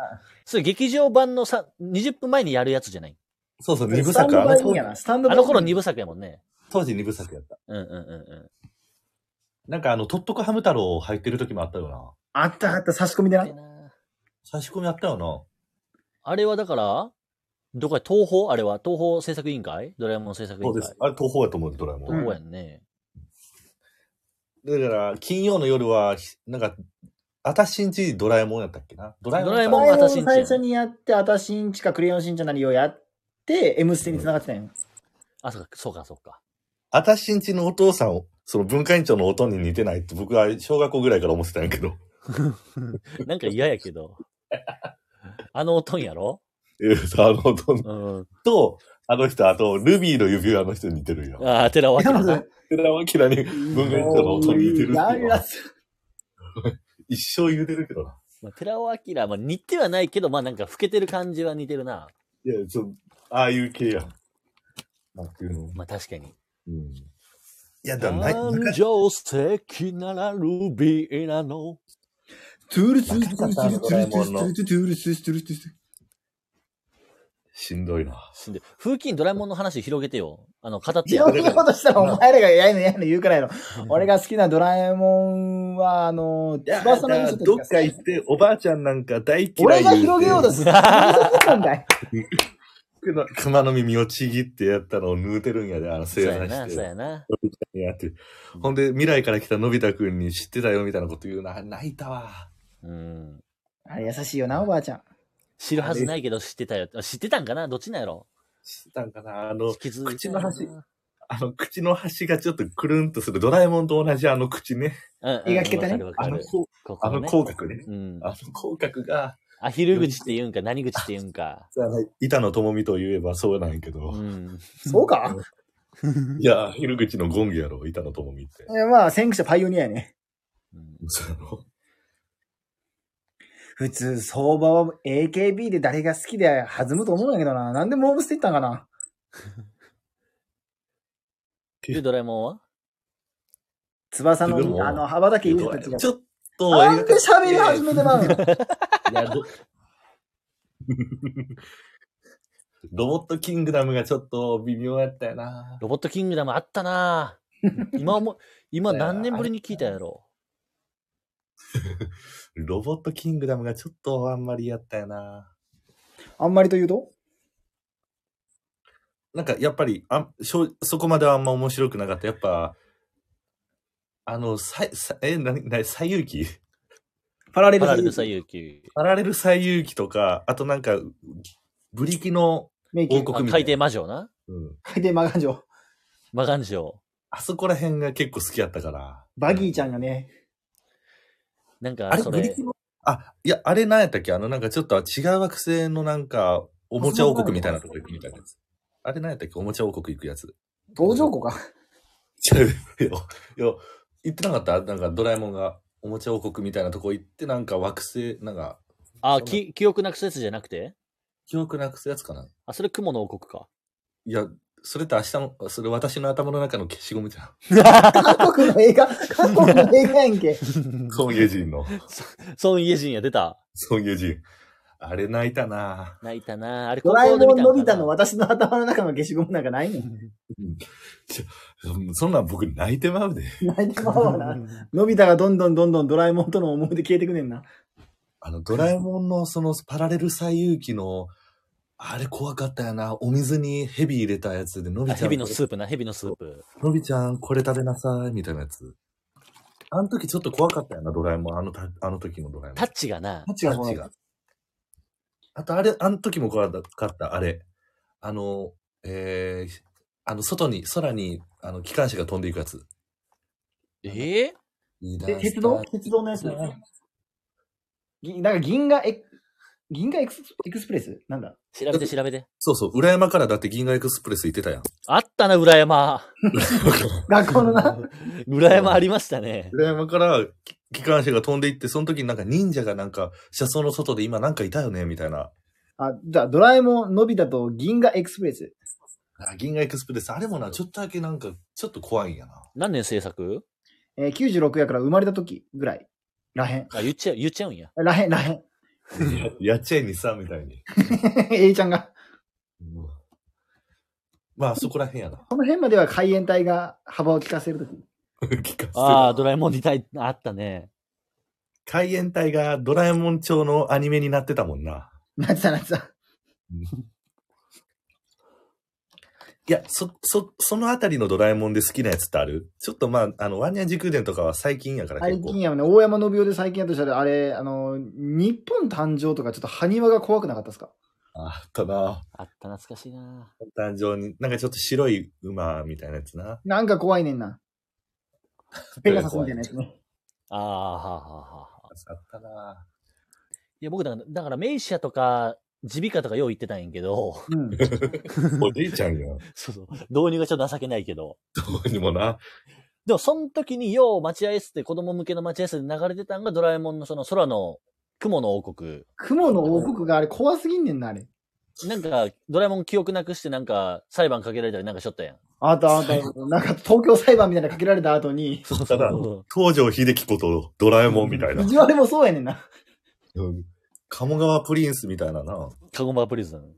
Speaker 3: それ劇場版のさ20分前にやるやつじゃない
Speaker 4: そうそう、
Speaker 2: 二
Speaker 4: 二部
Speaker 2: 部
Speaker 4: 作。
Speaker 2: 作
Speaker 4: あ
Speaker 2: あの
Speaker 4: の当
Speaker 2: や
Speaker 4: 時
Speaker 2: な。スタンド
Speaker 3: あの頃二
Speaker 2: 部。
Speaker 3: 部作やもんね。
Speaker 4: 当時二部作やった。
Speaker 3: うんうんうんうん。
Speaker 4: なんかあの、トットコハム太郎入ってる時もあったよな。
Speaker 2: あったあった、差し込みでな。
Speaker 4: 差し込みあったよな。
Speaker 3: あれはだから、どこや、東宝あれは東宝制作委員会ドラえもん制作委
Speaker 4: そう
Speaker 3: 員
Speaker 4: で
Speaker 3: 会。
Speaker 4: す。あれ、東宝やと思うよドラえもん。
Speaker 3: 東宝やんね。
Speaker 4: だから、金曜の夜は、ひなんか、あたしんちドラえもんやったっけな。ドラえもんか。
Speaker 3: ドラえ
Speaker 2: ド
Speaker 3: もん
Speaker 2: ラえも
Speaker 3: 私んち
Speaker 2: ん
Speaker 3: や
Speaker 2: 最初にやって、あたしんちかクレヨンしんちゃんなりをやって、M ステに繋がってたんよ。
Speaker 3: あ、そうか、そうか、そうか。
Speaker 4: あたしんちのお父さんを、その文化委員長の音に似てないって僕は小学校ぐらいから思ってたんやけど。
Speaker 3: なんか嫌やけど。 <laughs> あの音んやろ
Speaker 4: えーそうあの音
Speaker 3: うん。
Speaker 4: と、あの人、あと、ルビーの指輪の人に似てるんや。
Speaker 3: ああ、寺脇だな。
Speaker 4: 寺脇らに文化委員長の音に似てるって
Speaker 2: や
Speaker 4: いうのは
Speaker 2: らす
Speaker 4: 一生言うてるけどな。
Speaker 3: まあ、寺尾明、まあ、似てはないけど、まあなんか老けてる感じは似てるな。
Speaker 4: いや、そう、ああいう系やん。なんていうの。
Speaker 3: まあ確かに。
Speaker 4: うん。いや、だからな、
Speaker 3: 感
Speaker 4: な
Speaker 3: 情素敵ならルビーなの。
Speaker 2: トゥールス
Speaker 4: バカだったなドラえもんの
Speaker 2: トゥールストゥールストゥールストゥールス
Speaker 4: しんどいな。
Speaker 3: 死んでる風紀委員ドラえもんの話広げてよ。あの、語って
Speaker 2: い
Speaker 3: や
Speaker 2: ろん
Speaker 3: る。
Speaker 2: なことしたらお前らがやいのやいの言うからやろ。俺が好きなドラえもんは、あの、
Speaker 4: いや、
Speaker 2: 翼の
Speaker 4: だから
Speaker 2: 印
Speaker 4: ど
Speaker 2: 象
Speaker 4: っ
Speaker 2: と
Speaker 4: か行って、おばあちゃんなんか大嫌い言て。
Speaker 2: 俺が広げようとする。なんだい
Speaker 4: 熊熊の耳をちぎってやったのを縫うてるんやで、あの、
Speaker 3: そう
Speaker 4: 正
Speaker 3: や
Speaker 4: 座
Speaker 3: な、
Speaker 4: し
Speaker 3: そう
Speaker 4: て。
Speaker 3: やな。
Speaker 4: やってるほんで、未来から来たのび太くんに知ってたよみたいなこと言うな。泣いたわ。
Speaker 3: うん。
Speaker 2: あれ優しいよな、おばあちゃん。
Speaker 3: 知るはずないけど知ってたよ。あ知ってたんかなどっちなんやろ
Speaker 4: 知ってたんかなあの、
Speaker 3: 気づいて
Speaker 4: 口
Speaker 3: な
Speaker 4: の
Speaker 3: いな
Speaker 4: 端。あの、口の端がちょっとくるんとする。ドラえもんと同じあの口ね。
Speaker 3: うんうん。
Speaker 2: 絵が聞けたね
Speaker 3: わかるわか
Speaker 4: あの
Speaker 3: る。
Speaker 4: こう、
Speaker 3: ここ
Speaker 4: あ
Speaker 3: ね
Speaker 4: の口角ね。
Speaker 3: うん。
Speaker 4: あの口角が、
Speaker 3: アヒル口って言うんか、何口って言うんか。
Speaker 4: あの板野友美と言えばそうなんやけ
Speaker 3: う
Speaker 4: ど。
Speaker 3: ん。
Speaker 2: そうか
Speaker 4: いや、昼口のゴンギやろ、板野友美って
Speaker 2: い。やまあ、先駆者パイオニアやね。
Speaker 3: うん
Speaker 4: そうやろ
Speaker 2: 普通、相場は AKB で誰が好きで弾むと思うんやけどな。なんでモーブスって言ったんかな
Speaker 3: で、ドラえもんは
Speaker 2: 翼の
Speaker 4: でも
Speaker 2: あの、羽ばたけ
Speaker 4: ち
Speaker 2: 言うたちが。
Speaker 4: ょっと、
Speaker 2: なんで喋り始めてまうの
Speaker 4: いや、どロボットキングダムがちょっと微妙やったよな。
Speaker 3: ロボットキングダムあったなぁ今思う、今何年ぶりに聞いたやろ。
Speaker 4: ロボットキングダムがちょっとあんまりやったよな。
Speaker 2: あんまりと言うと
Speaker 4: なんかやっぱりあしょそこまではあんま面白くなかった。やっぱ、あの、ささえ、なに、なに、最遊記
Speaker 2: パラレ
Speaker 3: パ
Speaker 2: ルサ
Speaker 3: ラレ
Speaker 2: イ
Speaker 3: ル
Speaker 2: ズ
Speaker 3: 最有機。
Speaker 4: パラレル最遊記とか、あとなんか、ブリキの、
Speaker 2: メイキン
Speaker 4: 王
Speaker 2: グ。
Speaker 4: 国みたいな
Speaker 3: 海底魔女な。
Speaker 4: うん、
Speaker 2: 回転魔眼城。
Speaker 3: 魔眼女。
Speaker 4: あそこら辺が結構好きやったから。
Speaker 2: バギーちゃんがね、
Speaker 3: なん
Speaker 4: あ
Speaker 3: か、
Speaker 4: れ、
Speaker 3: そ
Speaker 4: ブリ
Speaker 3: れ
Speaker 4: キ、の、あ、いや、あれなんやったっけあの、なんかちょっと違う惑星のなんか、おもちゃ王国みたいなとこ行くみたいなやつ。あれなんやったっけおもちゃ王国行くやつ。
Speaker 2: 道場湖か。
Speaker 4: ちゃうよ。いや、行ってなかったなんかドラえもんがおもちゃ王国みたいなとこ行って、なんか惑星、なんか、
Speaker 3: あ、き記憶なくすやつじゃなくて
Speaker 4: 記憶なくすやつかな
Speaker 3: あ、それ雲の王
Speaker 2: <laughs>
Speaker 3: 国か。
Speaker 4: いや、それって明日の、それ私の頭の中の消しゴムじゃ
Speaker 2: 韓国の映画、韓国の映画やん <laughs> け。
Speaker 4: ん。ソン・イェジンの。
Speaker 3: ソン・イェジンや出た。
Speaker 4: ソン・イェジン。あれ泣いたな
Speaker 3: 泣いたなぁあれ、
Speaker 2: ドラえもんのび太の
Speaker 3: は。
Speaker 2: 私の頭の中の消しゴムなんかないの
Speaker 4: ぁそんなん僕泣いてまうで。
Speaker 2: 泣いてまうわな。のび太がどんどんどんどんドラえもんとの思い出消えてくねんな。
Speaker 4: あの、ドラえもんのそのパラレル最遊記の、あれ怖かったよな。お水にヘビ入れたやつで、のび
Speaker 3: あ
Speaker 4: ちゃん、
Speaker 3: 蛇のスープな、蛇のスープ。
Speaker 4: のびちゃんこれ食べなさい、みたいなやつ。あの時ちょっと怖かったよな、ドラえもん。あのた、あの時のドラえもん。
Speaker 3: タッチが
Speaker 2: 違
Speaker 3: な、
Speaker 2: う、
Speaker 4: タッチがあとあれ、あの時も怖かった、あれ。あの、えー、あの、外に、空に、あの、機関車が飛んでいくやつ。
Speaker 3: ええ
Speaker 4: いいな
Speaker 2: え鉄道鉄道のやつだよね。ぎなんか銀河エク、銀河エクスエクスプレスなんだ
Speaker 3: 調べて調べて。
Speaker 4: そうそう、裏山からだって銀河エクスプレス行ってたや <laughs> ん。
Speaker 3: あったな、裏山。
Speaker 2: 学校のな。
Speaker 3: 裏山ありましたね。
Speaker 4: 裏山からき機関車が飛んでいって、その時になんか忍者がなんか、車窓の外で今なんかいたよね、みたいな。
Speaker 2: あ、じゃあドラえもん、のび太と銀河エクスプレス。
Speaker 4: あ銀河エクスプレス、あれもな、ちょっとだけなんか、ちょっと怖いんやな。
Speaker 3: 何年制作
Speaker 2: えー、96やから生まれた時ぐらい。らへん。
Speaker 3: あ、言っちゃう、言っちゃうんや。
Speaker 2: らへん、らへん。 <laughs>
Speaker 4: やっちゃえにさ、みたいに。
Speaker 2: A ちゃんが。
Speaker 4: うんまあ、そこら辺やな。
Speaker 2: この辺までは海援隊が幅を利かせる時。
Speaker 4: 聞かせて
Speaker 3: ああ、ドラえもんにたいあったね。
Speaker 4: 海援隊がドラえもん調のアニメになってたもんな。
Speaker 2: なつさなつさ。
Speaker 4: いや、そ、そ、そのあたりのドラえもんで好きなやつってあるちょっとまあ、あの、ワンニャン時空伝とかは最近やから
Speaker 2: 最
Speaker 4: 結構
Speaker 2: 近。やもんね、大山信夫で最近やとしたら、あれ、あの、日本誕生とかちょっと埴輪が怖くなかったですか
Speaker 4: あったな。
Speaker 3: あった懐かしいな。
Speaker 4: 誕生に、なんかちょっと白い馬みたいなやつな。
Speaker 2: なんか怖いねんな。ペガサスみたいなやつね。
Speaker 3: ああ、はあはあはあ。
Speaker 4: あったな。
Speaker 3: いや、僕だから、だからメイシアとか、ジビカとかよう言ってたんやけど、 <laughs>
Speaker 4: <laughs>
Speaker 2: うん。
Speaker 4: おじいちゃんやん。
Speaker 3: そうそう、導入がちょっと情けないけど。
Speaker 4: どうにもな。
Speaker 3: でも、その時によう待合室で、子供向けの待合室で流れてたんが、ドラえもんのその空の雲の王国。
Speaker 2: 雲の王国があれ怖すぎんねんな、あれ。
Speaker 3: なんか、ドラえもん記憶なくしてなんか、裁判かけられたりなんかしょったやん。
Speaker 2: あとあと、なんか東京裁判みたいなのかけられた後に、
Speaker 3: そう
Speaker 4: ただ東条秀樹ことドラえもんみたいな。
Speaker 2: 藤原もそうやねんな。
Speaker 4: うん鴨川プリンスみたいなな。
Speaker 3: カゴマプリズン。
Speaker 4: うん。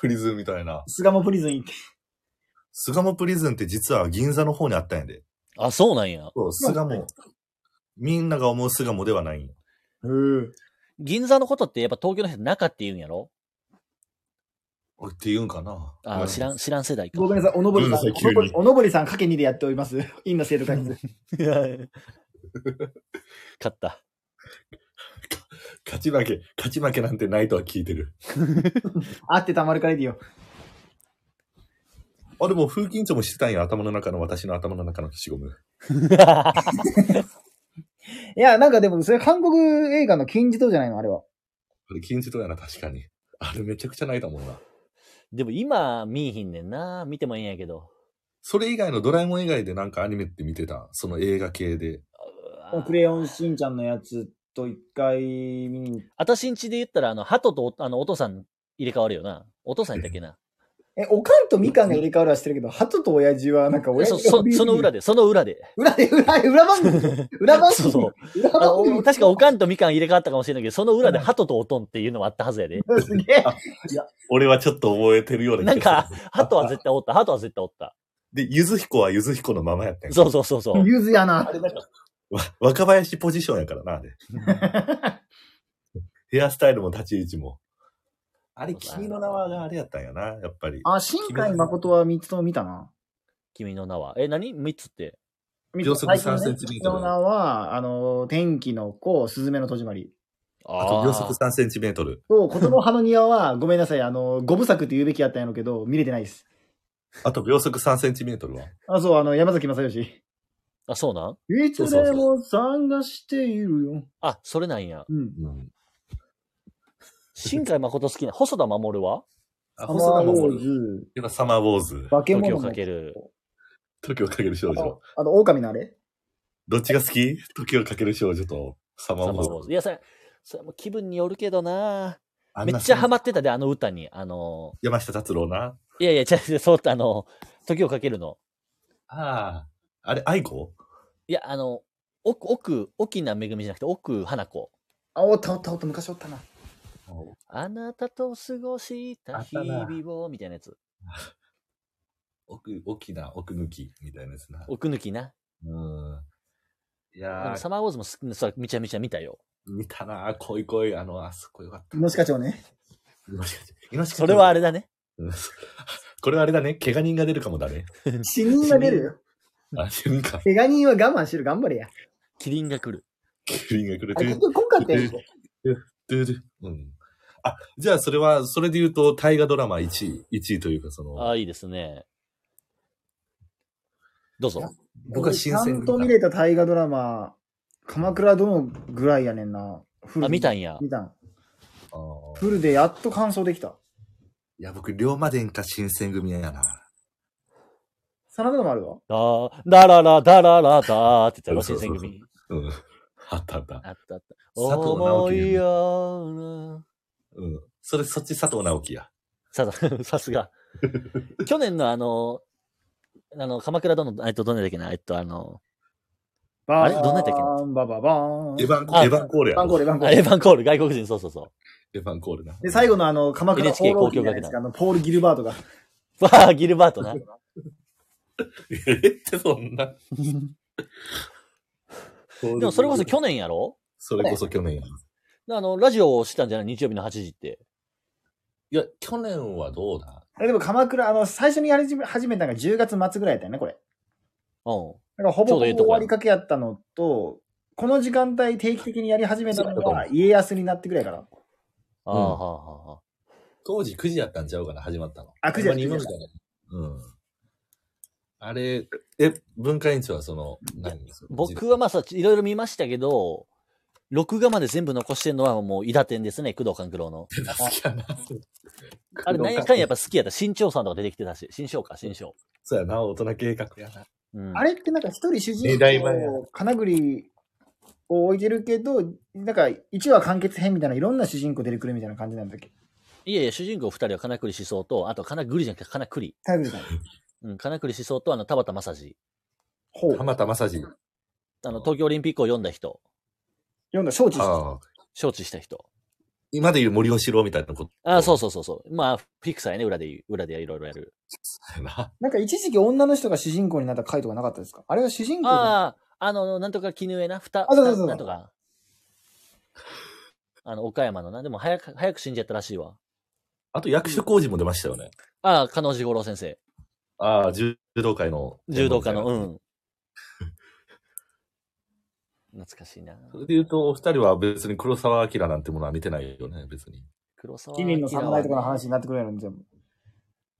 Speaker 4: プリズンみたいな。
Speaker 2: 巣鴨プリズン行って。
Speaker 4: 巣鴨プリズンって実は銀座の方にあったんやで。
Speaker 3: あ、そうなんや。
Speaker 4: そう、巣鴨。みんなが思う巣鴨ではないんや。
Speaker 2: うん。
Speaker 3: 銀座のことってやっぱ東京の人中って言うんやろ
Speaker 4: って言うんかな。
Speaker 3: あー、知らん、知らん世代か。
Speaker 2: ごめんなさい、おのぼりさん。
Speaker 4: ごめんなさい急に
Speaker 2: おのぼりさんかけ2でやっております。 <laughs> インの生徒会室。
Speaker 3: いや。勝った。
Speaker 4: 勝ち負け、勝ち負けなんてないとは聞いてる。
Speaker 2: あってたまるかレディオ。
Speaker 4: あ、でも風緊張もしてたんや。頭の中の、私の頭の中の消しゴム。
Speaker 2: いや、なんかでも、それ韓国映画の金字塔じゃないの、あれは。
Speaker 4: あれ禁止とやな、確かに。あれめちゃくちゃ泣いたもんな。
Speaker 3: でも今、見いひんねんな。見てもいいんやけど。
Speaker 4: それ以外のドラえもん以外でなんかアニメって見てたその映画系で。
Speaker 2: クレヨンしんちゃんのやつと一回見に
Speaker 3: あたしんちで言ったら、あの、鳩とおあのお父さん入れ替わるよな。お父さんやったっけな。
Speaker 2: え、おかんとみかんが入れ替わるはしてるけど、鳩と親父はなんか親
Speaker 3: そ
Speaker 2: 父
Speaker 3: そその裏
Speaker 2: で。
Speaker 3: で、その裏で。
Speaker 2: 裏で、裏で、裏番組。裏番組。
Speaker 3: そうそう
Speaker 2: 裏
Speaker 3: あ
Speaker 2: 番組。
Speaker 3: お確かおかんとみかん入れ替わったかもしれないけど、その裏で鳩とおとんっていうのもあったはずやで。
Speaker 2: すげえ。
Speaker 4: 俺はちょっと覚えてるよう
Speaker 3: な
Speaker 4: なん気が
Speaker 3: か
Speaker 4: する。、
Speaker 3: 鳩は絶対おった。鳩は絶対おった。
Speaker 4: で、ゆずひこはゆずひこのままやったんや
Speaker 3: そうそうそう <laughs> そう。
Speaker 2: ゆずやな。
Speaker 4: わ若林ポジションやからな、あれ。ヘアスタイルも立ち位置も。あれ、君の名はがあれやったんやな、やっぱり。
Speaker 2: あ、新海誠は三つとも見たな。
Speaker 3: 君の名は。え、何三つって。
Speaker 4: 秒速3セン
Speaker 2: 最
Speaker 4: チメートル
Speaker 2: 近ね三つの名は、あの、天気の子、すずめの戸締まり。
Speaker 4: あと秒速3センチメートル。
Speaker 2: と、ことの葉の庭は、 <laughs> ごめんなさい、あの、五部作って言うべきやったんやろうけど、見れてないです。
Speaker 4: あと秒速3センチメートルは。
Speaker 2: あ、そう、あの、山崎正義。
Speaker 3: あ、そうなん
Speaker 2: いつでも探しているよ。
Speaker 3: あ、それなんや。
Speaker 2: うん。
Speaker 4: うん。
Speaker 3: 新海誠好きな。細田守は
Speaker 4: あ、
Speaker 2: サ
Speaker 4: 細
Speaker 2: マ
Speaker 4: 田
Speaker 2: ーウ
Speaker 4: 守
Speaker 2: ォー。ズ、
Speaker 4: 今サマーウォーズ。
Speaker 2: 化け
Speaker 3: 時
Speaker 2: 物
Speaker 3: を
Speaker 2: の
Speaker 3: かける。
Speaker 4: 時をかける少
Speaker 2: あ
Speaker 4: 女
Speaker 2: と。、あと狼のあれ
Speaker 4: どっちが好き時をかける少女とサマ
Speaker 3: サ
Speaker 4: ーウ
Speaker 3: マーウ
Speaker 4: ォーズ
Speaker 3: ォーズ。いや、それ、それも気分によるけどな。
Speaker 4: あん
Speaker 3: め
Speaker 4: な
Speaker 3: っちゃハマってたで、あの歌に。あの、
Speaker 4: 山下達郎な。
Speaker 3: いやいや、ちゃうそう、あの、時をかけるの。
Speaker 4: ああ。あれ、愛子
Speaker 3: いや、あの、奥、奥、沖なめぐみじゃなくて、奥花子。
Speaker 2: あ、おったおったおった、昔おったな。
Speaker 3: あなたと過ごした日々を、みたいなやつ。
Speaker 4: 奥、沖な、奥抜き、みたいなやつな。
Speaker 3: 奥抜きな。
Speaker 4: うん。い
Speaker 3: でも
Speaker 4: やー
Speaker 3: サマーウォーズも好きな、そらめちゃめちゃ見たよ。
Speaker 4: 見たなぁ、恋恋、あの、あそこよかった。
Speaker 2: もしかちょうね。
Speaker 4: イノシカイノシカ
Speaker 3: それはあれだね。
Speaker 4: うん <laughs> これはあれだね。怪我人が出るかもだね。
Speaker 2: 死人が出るよ。
Speaker 4: あ、死ぬか。
Speaker 2: 怪我人は我慢してる、頑張れや。
Speaker 3: キリンが来る。
Speaker 4: キリンがくれ
Speaker 2: あ
Speaker 4: て
Speaker 2: れ、
Speaker 4: る
Speaker 2: 結。局今回って、
Speaker 4: ドゥドゥうん。あ、じゃあそれは、それで言うと、大河ドラマ1位、1位というか、そ
Speaker 3: あ
Speaker 4: の、
Speaker 3: あ、いいですね。どうぞ。
Speaker 4: 僕は新
Speaker 2: ちゃ
Speaker 4: 鮮
Speaker 2: んと見れた大河ドラマ、鎌倉殿ぐらいやねんな。フ
Speaker 3: あ、見た
Speaker 2: ん
Speaker 3: んや。
Speaker 2: 見たん。
Speaker 4: あー
Speaker 2: フルでやっと完走できた。
Speaker 4: いや、僕、龍馬伝か新選組やな。
Speaker 2: 真田でもあるわ。
Speaker 3: だだららだららだーって言ったら、
Speaker 4: そう
Speaker 3: 新選
Speaker 4: そうそう
Speaker 3: 組。
Speaker 4: うん。あったあった。
Speaker 3: あったあった。
Speaker 4: 佐藤直
Speaker 3: 思
Speaker 4: 樹
Speaker 3: いような。
Speaker 4: うん。それ、そっち佐藤直樹や。
Speaker 3: さす、 <laughs> さす
Speaker 4: <laughs>
Speaker 3: が。去年のあの、あの、鎌倉殿の、えっと、どんなだっけな、えっと、あの、
Speaker 2: バ
Speaker 3: あれどんなやったっけ
Speaker 2: ーンバババーン。
Speaker 4: エヴァンコ、
Speaker 3: あ
Speaker 4: エヴァンコールや。
Speaker 2: バンコール、バンコ
Speaker 3: あ
Speaker 2: ール
Speaker 3: エヴァン・コール、外国人、そうそうそう。
Speaker 4: エヴァンコールな。
Speaker 2: で、最後のあの、鎌倉
Speaker 3: NHK
Speaker 2: 放浪記じゃないですか。あの、ポール・ギルバート
Speaker 3: <laughs>
Speaker 2: が。
Speaker 3: わあ、ギルバートな。
Speaker 4: <laughs> えってそんな。
Speaker 3: で
Speaker 4: で
Speaker 3: もそれこそ去年やろ
Speaker 4: それこそ去年や。
Speaker 3: あの、ラジオをしてたんじゃない日曜日の8時って。
Speaker 4: いや、去年はどうだ
Speaker 2: あれでも鎌倉、あの、最初にやり始めたのが10月末ぐらいやったよね、これ。
Speaker 3: うん。
Speaker 2: だからほぼ
Speaker 3: ち
Speaker 2: ほ
Speaker 3: ょう
Speaker 2: ぼ
Speaker 3: どいいとこ
Speaker 2: 終
Speaker 3: や
Speaker 2: わりかけやったのと、この時間帯定期的にやり始めたの
Speaker 4: そうだ
Speaker 2: が家康になってくらいから。
Speaker 3: ああ、
Speaker 4: うん
Speaker 3: はあ、はあ。
Speaker 4: 当時9時やったんちゃうかな、始まったの。
Speaker 2: あ9時やった
Speaker 4: 今みたいな。うん。あれ、え、文化委員長はその、何
Speaker 3: 僕はまあさ、いろいろ見ましたけど、録画まで全部残してるのはもう、伊達天ですね、工藤官九郎の。
Speaker 4: あ、好きやな。
Speaker 3: あれ、何やかんやっぱ好きやった。新潮さんとか出てきてたし、新潮か、新潮。
Speaker 4: そうやな、大人計画やな。
Speaker 3: うん、
Speaker 2: あれってなんか一人主人
Speaker 4: 二代前や
Speaker 2: 公、金栗を置いてるけど、なんか一話完結編みたいないろんな主人公出てくるみたいな感じなんだっけ
Speaker 3: いやいや、主人公二人は金栗思想と、あと金栗じゃなくて金栗。
Speaker 2: タイさん。
Speaker 3: うん、金栗思想と、あの、田畑正治。
Speaker 2: ほう。読んだ、
Speaker 4: 浜田正治。
Speaker 3: あの、東京オリンピックを読んだ人、
Speaker 2: 承知した。
Speaker 4: ああ。
Speaker 3: 承知した人。
Speaker 4: 今で言う森喜朗みたいなこと。
Speaker 3: ああ、そううそうそうそう。まあ、フィクサーやね、裏で言う、裏でいろいろやる。
Speaker 4: やな。
Speaker 2: なんか一時期女の人が主人公になった回とかなかったですかあれは主人公だ
Speaker 3: ああ、あの、なんとか絹枝な、ふた、
Speaker 2: あそうそうそう
Speaker 3: なんとか。あの、岡山のな。でも、早く、早く死んじゃったらしいわ。
Speaker 4: あと役所工事も出ましたよね。
Speaker 3: ああ、加納治五郎先生。
Speaker 4: ああ、柔道界の。。
Speaker 3: 柔道家の、うんん。懐かしいな。
Speaker 4: それで言うと、お二人は別に黒沢明なんてものは見てないよね、別に。
Speaker 3: 黒沢
Speaker 2: 鬼面の侍とかの話
Speaker 3: 明
Speaker 2: になってくるやろ、全部。
Speaker 3: はね。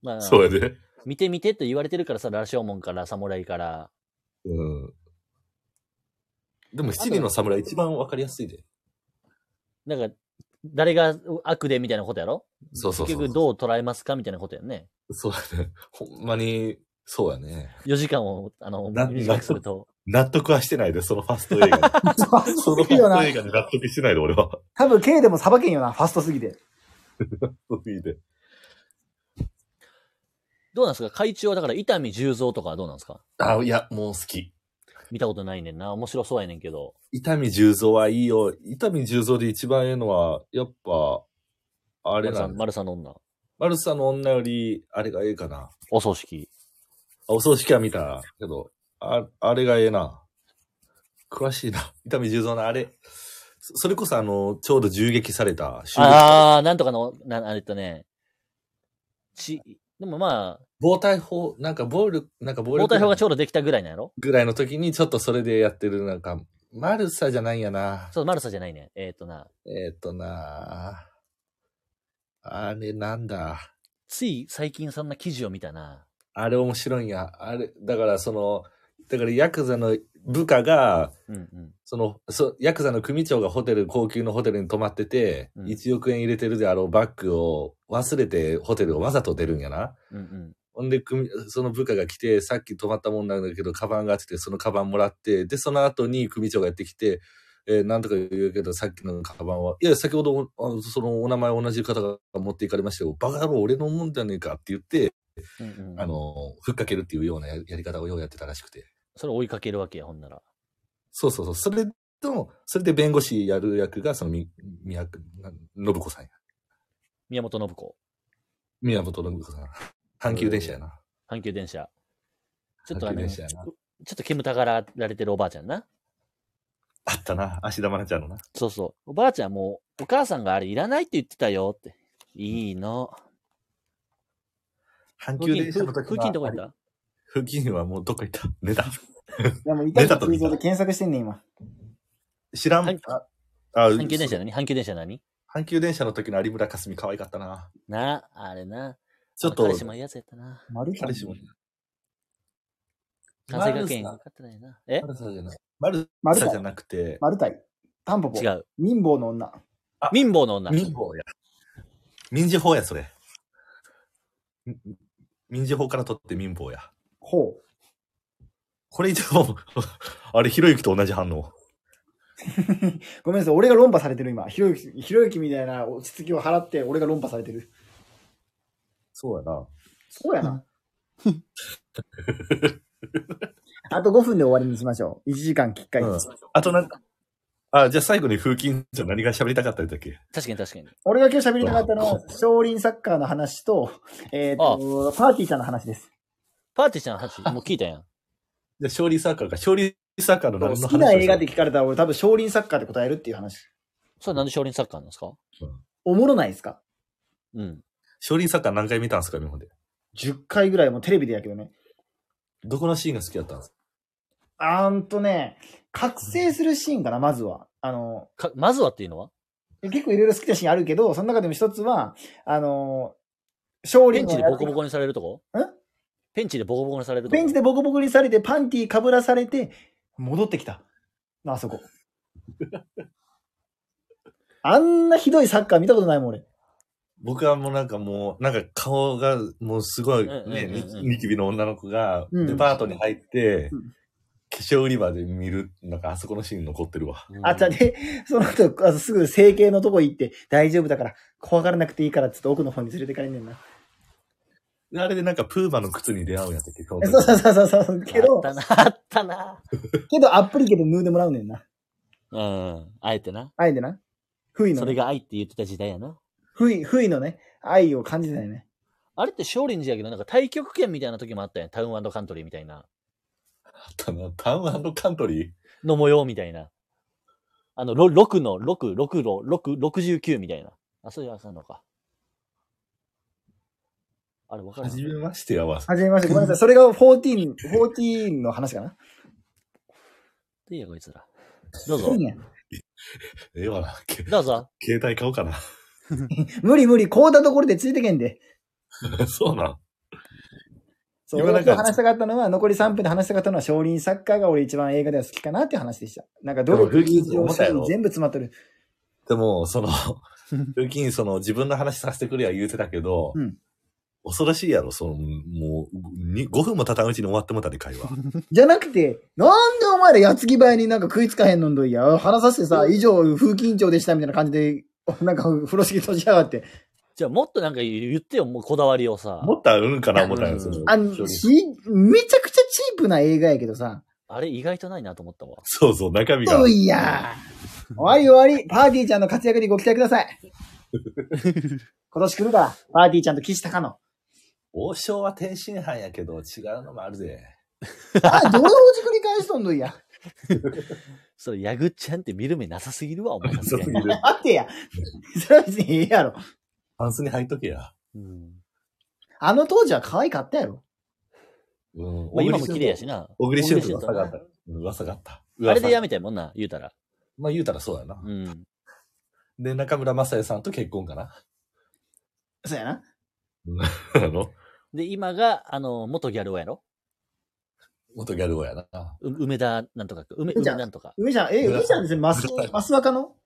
Speaker 3: まあ、
Speaker 4: そうやで。
Speaker 3: 見て見てって言われてるからさ、羅生門から侍から。
Speaker 4: うん。でも、七人の侍一番わかりやすいで。
Speaker 3: なんか、誰が悪でみたいなことやろ
Speaker 4: そうそう
Speaker 3: 結
Speaker 4: そう。
Speaker 3: 局どう捉えますかみたいなことやんね。
Speaker 4: そうやね。 <laughs> ほんまに、そうやね。
Speaker 3: 4時間を、あの、
Speaker 4: な
Speaker 3: 短くすると。
Speaker 4: 納得はしてないで、そのファスト映画に。 <laughs> <laughs> そのファスト映画に納得してないで、俺は。
Speaker 2: 多分 K でもさばけんよな、ファストすぎて。
Speaker 4: そういう意味で
Speaker 3: どうなんですか会長はだから、伊丹十三とかはどうなんですか
Speaker 4: あ、いや、もう好き。
Speaker 3: 見たことないねんな。面白そうやねんけど。
Speaker 4: 伊丹十三はいいよ。伊丹十三で一番ええのは、やっぱ、あれ
Speaker 3: 丸
Speaker 4: な
Speaker 3: さ
Speaker 4: ん
Speaker 3: ん、
Speaker 4: だ。
Speaker 3: 丸さんの女。
Speaker 4: マルサの女より、あれがええかな。
Speaker 3: お葬式。
Speaker 4: あお葬式は見たけど、あ、あれがええな。詳しいな。伊丹十三のあれ。そそれこそあの、ちょうど銃撃された。
Speaker 3: あー、なんとかの、な、あれとね。ち、でもまあ、
Speaker 4: 暴対法、なんか暴力、なんか暴
Speaker 3: 交
Speaker 4: 力
Speaker 3: 代表がちょうどできたぐらいなんやろ
Speaker 4: ぐらいの時にちょっとそれでやってる、なんか、マルサじゃないんやな。
Speaker 3: そう、丸さじゃないね。えっ、とな、
Speaker 4: えっ、となあれなんだ。
Speaker 3: つい最近そんな記事を見たな。
Speaker 4: あれ面白いんや。あれ、だからその、だからヤクザの部下が、
Speaker 3: うんうん。
Speaker 4: その、そヤクザの組長がホテル、高級のホテルに泊まってて、
Speaker 3: うん
Speaker 4: 1億円入れてるであろうバッグを忘れてホテルをわざと出るんやな。
Speaker 3: うんうん。
Speaker 4: ほんで、組その部下が来て、さっき泊まったもんなんだけど、カバンがあってて、そのカバンもらって、で、その後に組長がやってきて、えーなんとか言うけど、さっきのカバンは、いや、先ほどおあの、そのお名前同じ方が持っていかれましたよ。バカ野郎、俺のもんじゃねえかって言って、
Speaker 3: うんうん、
Speaker 4: あの、ふっかけるっていうようなややり方をようやってたらしくて。
Speaker 3: それを追いかけるわけや、ほんなら。
Speaker 4: そうそうそう。それと、それで弁護士やる役が、その、み、みやく、な信子さんや。
Speaker 3: 宮本信子。
Speaker 4: 宮本信子さん。阪急電車やな。
Speaker 3: 阪急電車。ちょっとあ
Speaker 4: 阪急
Speaker 3: の、
Speaker 4: 電
Speaker 3: ち
Speaker 4: 車
Speaker 3: ょ
Speaker 4: やな
Speaker 3: っと煙たがられてるおばあちゃんな。
Speaker 4: あったな。芦田愛菜ちゃんのな。
Speaker 3: そうそう。おばあちゃんも、お母さんがあれいらないって言ってたよって。いいの。
Speaker 4: 阪
Speaker 3: 風
Speaker 4: 急
Speaker 3: 紀
Speaker 4: 電車の時
Speaker 3: 風紀のとこ行った
Speaker 4: 付近はもうどっか行った寝た
Speaker 2: でも、伊
Speaker 4: 出
Speaker 2: 丹
Speaker 4: たと
Speaker 2: の
Speaker 4: 見
Speaker 2: 映
Speaker 4: た
Speaker 2: 像で検索してんねん、今。
Speaker 4: 知らん。
Speaker 3: 阪
Speaker 4: あ、あ
Speaker 3: 阪急電車何阪急電車何
Speaker 4: 阪急電車の時の有村架純可愛かったな。
Speaker 3: な、あれな。
Speaker 4: ちょっと、
Speaker 3: 彼氏もいいやつやったな。
Speaker 2: マルサ
Speaker 4: 彼氏も。
Speaker 3: 関西学園よ
Speaker 4: マル
Speaker 3: かったねな。え
Speaker 4: サマルサじゃない。マル
Speaker 2: マル
Speaker 4: サじ
Speaker 2: タ
Speaker 4: ゃ
Speaker 2: イ。
Speaker 4: なくて、
Speaker 2: マルタイ。タンポポ
Speaker 3: 違。う。
Speaker 2: 民房の女。
Speaker 3: 民法の女。
Speaker 4: 民法や。民事法や、それ。み民事法から取って民法や。
Speaker 2: ほ
Speaker 4: これ以上、 <laughs> あれ、ひろゆきと同じ反応。
Speaker 2: う。ごめんなさい。俺が論破されてる今。ひろゆき、ひろゆきみたいな落ち着きを払って、俺が論破されてる。
Speaker 4: そうやな。
Speaker 2: そうや
Speaker 4: <laughs>
Speaker 2: な。あと5分で終わりにしましょう。1時間きっかり。
Speaker 4: うんあとなんか、あ、じゃあ最後に風琴じゃ何が喋りたかったんだっけ
Speaker 3: 確かに確かに。
Speaker 2: 俺が今日喋りたかったのは、少林サッカーの話
Speaker 3: <laughs>
Speaker 2: と、えっ、と、パーティーさんの話です。
Speaker 3: パーティーちゃんの話、もう聞いたやん。
Speaker 4: じゃあ勝利サッカーか。勝利サッカーの何の話
Speaker 2: 好きな映画っ
Speaker 4: で
Speaker 2: て聞かれたら、俺多分少林サッカーって答えるっていう話。
Speaker 3: それなんで少林サッカーなんですか
Speaker 2: おもろないですか
Speaker 3: うん。
Speaker 4: 勝利サッカー何回見たんですか、日本で。
Speaker 2: 10回ぐらいもうテレビでやけどね。
Speaker 4: どこのシーンが好きだったんですか
Speaker 2: あーんとね、覚醒するシーンかな、まずは。あの、
Speaker 3: かまずはっていうのは
Speaker 2: 結構いろいろ好きなシーンあるけど、その中でも一つは、あの、少
Speaker 3: ペ
Speaker 2: 林
Speaker 3: ン
Speaker 2: の
Speaker 3: チで
Speaker 2: や
Speaker 3: ボ
Speaker 2: つ
Speaker 3: コボコにされるとこ
Speaker 2: ん
Speaker 3: ペンチでボコボコにされるとこ
Speaker 2: ベンチでボコボコにされて、パンティーかぶらされて、戻ってきた。あ
Speaker 3: <laughs>
Speaker 2: そこ。あんなひどいサッカー見たことないもん、俺。
Speaker 4: 僕はもうなんかもう、なんか顔がもうすごいね、
Speaker 3: うんうんうんうん
Speaker 4: ニキビの女の子が
Speaker 2: うん
Speaker 4: デパートに入って、
Speaker 2: うん
Speaker 4: 化粧売り場で見る、なんかあそこのシーン残ってるわ。
Speaker 3: うん
Speaker 2: あ、じゃあね、 <laughs> その後、あのすぐ整形のとこ行って、大丈夫だから、怖がらなくていいから、ちょっと奥の方に連れてかれんねんな。
Speaker 4: であれでなんかプーマの靴に出会うんやったっけその
Speaker 2: え
Speaker 4: 時
Speaker 2: そうそうそうそうそう。けど
Speaker 3: あっ、たな、あったな。
Speaker 2: けど、アップリケで縫うでもらうねんな。
Speaker 3: うん。あえてな。
Speaker 2: あえてな。不意の
Speaker 3: そ
Speaker 2: ね、
Speaker 3: れが愛って言ってた時代やな。
Speaker 2: 不意、不意のね、愛を感じたよね。
Speaker 3: あれって少林寺やけど、なんか対極拳みたいな時もあったやん。タウンカントリーみたいな。
Speaker 4: あったなタウンカントリー
Speaker 3: の模様みたいな。あの、ろ6の、6、6の、6、69みたいな。あ、そういうあかんのか。あれ、わかる
Speaker 4: はじめましてやわ。
Speaker 2: はじめまして、ごめんなさい。それが14、14の話かな。
Speaker 3: いいや、こいつら。どう
Speaker 2: い
Speaker 3: ぞ
Speaker 2: い。ね
Speaker 4: ええわな。け
Speaker 3: どうぞ。
Speaker 4: 携帯買おうかな。 <laughs>
Speaker 2: 無理無理、こうたところでついてけんで。
Speaker 4: そうなん。
Speaker 2: そう、
Speaker 4: 今
Speaker 2: 俺
Speaker 4: な
Speaker 2: が
Speaker 4: んか
Speaker 2: 今日話したかったのは、残り3分で話したかったのは、少林サッカーが俺一番映画では好きかなっていう話でした。なんか努
Speaker 4: でも
Speaker 2: 力、
Speaker 4: ルーキーズ
Speaker 2: 緊張
Speaker 4: 重たいやろ
Speaker 2: 全部詰まってる。
Speaker 4: でも、その、 <laughs> ルキン、その、自分の話させてくれや言うてたけど、
Speaker 2: うん
Speaker 4: 恐ろしいやろ、その、もう、に5分も経たんうちに終わってもうたで、会話。
Speaker 2: じゃなくて、なんでお前ら矢継ぎ早になんか食いつかへんのんどいや。話させてさ、以上、風紀委員長でしたみたいな感じで、なんか風呂敷閉じやがって。
Speaker 3: じゃあ、もっとなんか言ってよ、もうこだわりをさ。
Speaker 4: もっとあるんかな、思ったんや、
Speaker 3: うん
Speaker 4: その
Speaker 2: あの、し、めちゃくちゃチープな映画やけどさ。
Speaker 3: あれ、意外とないなと思ったわ。
Speaker 4: そうそう、中身が。
Speaker 2: どいや。終わり終わり、パーティーちゃんの活躍にご期待くださ <laughs> い。今年来るから、パーティーちゃんと岸高野。
Speaker 4: 王将は天津飯やけど、違うのもあるで。
Speaker 2: <laughs> あ、どれほじ繰り返しとんどいや。
Speaker 3: それ、ヤグちゃんって見る目なさすぎるわ、お前さす
Speaker 4: そう
Speaker 3: が
Speaker 4: す
Speaker 3: に
Speaker 4: ぎる。
Speaker 2: 待ってや。それは別にええやろ。
Speaker 4: パンスに入っとけや。
Speaker 3: うん。
Speaker 2: あの当時は可愛かったやろ。
Speaker 4: うん。
Speaker 3: まあ、今も綺麗やしな。
Speaker 4: 小栗旬と噂があ
Speaker 3: 小
Speaker 4: っ
Speaker 3: 栗
Speaker 4: た。うん噂があった。
Speaker 3: あれでや
Speaker 4: め。
Speaker 3: めたいもんな、言うたら。
Speaker 4: まあ言うたらそうやな
Speaker 3: う。ん。
Speaker 4: で、中村正也さんと結婚かな。
Speaker 2: そうやな。
Speaker 4: あの、
Speaker 3: で、今が、あの、元ギャル男やろ
Speaker 4: 元ギャル王やな。
Speaker 3: う梅田なんとか、梅、
Speaker 2: 梅ち
Speaker 3: 梅
Speaker 2: ゃん
Speaker 3: なんとか。
Speaker 2: 梅ちゃん、え、梅ちゃんですね、マス、マスワカの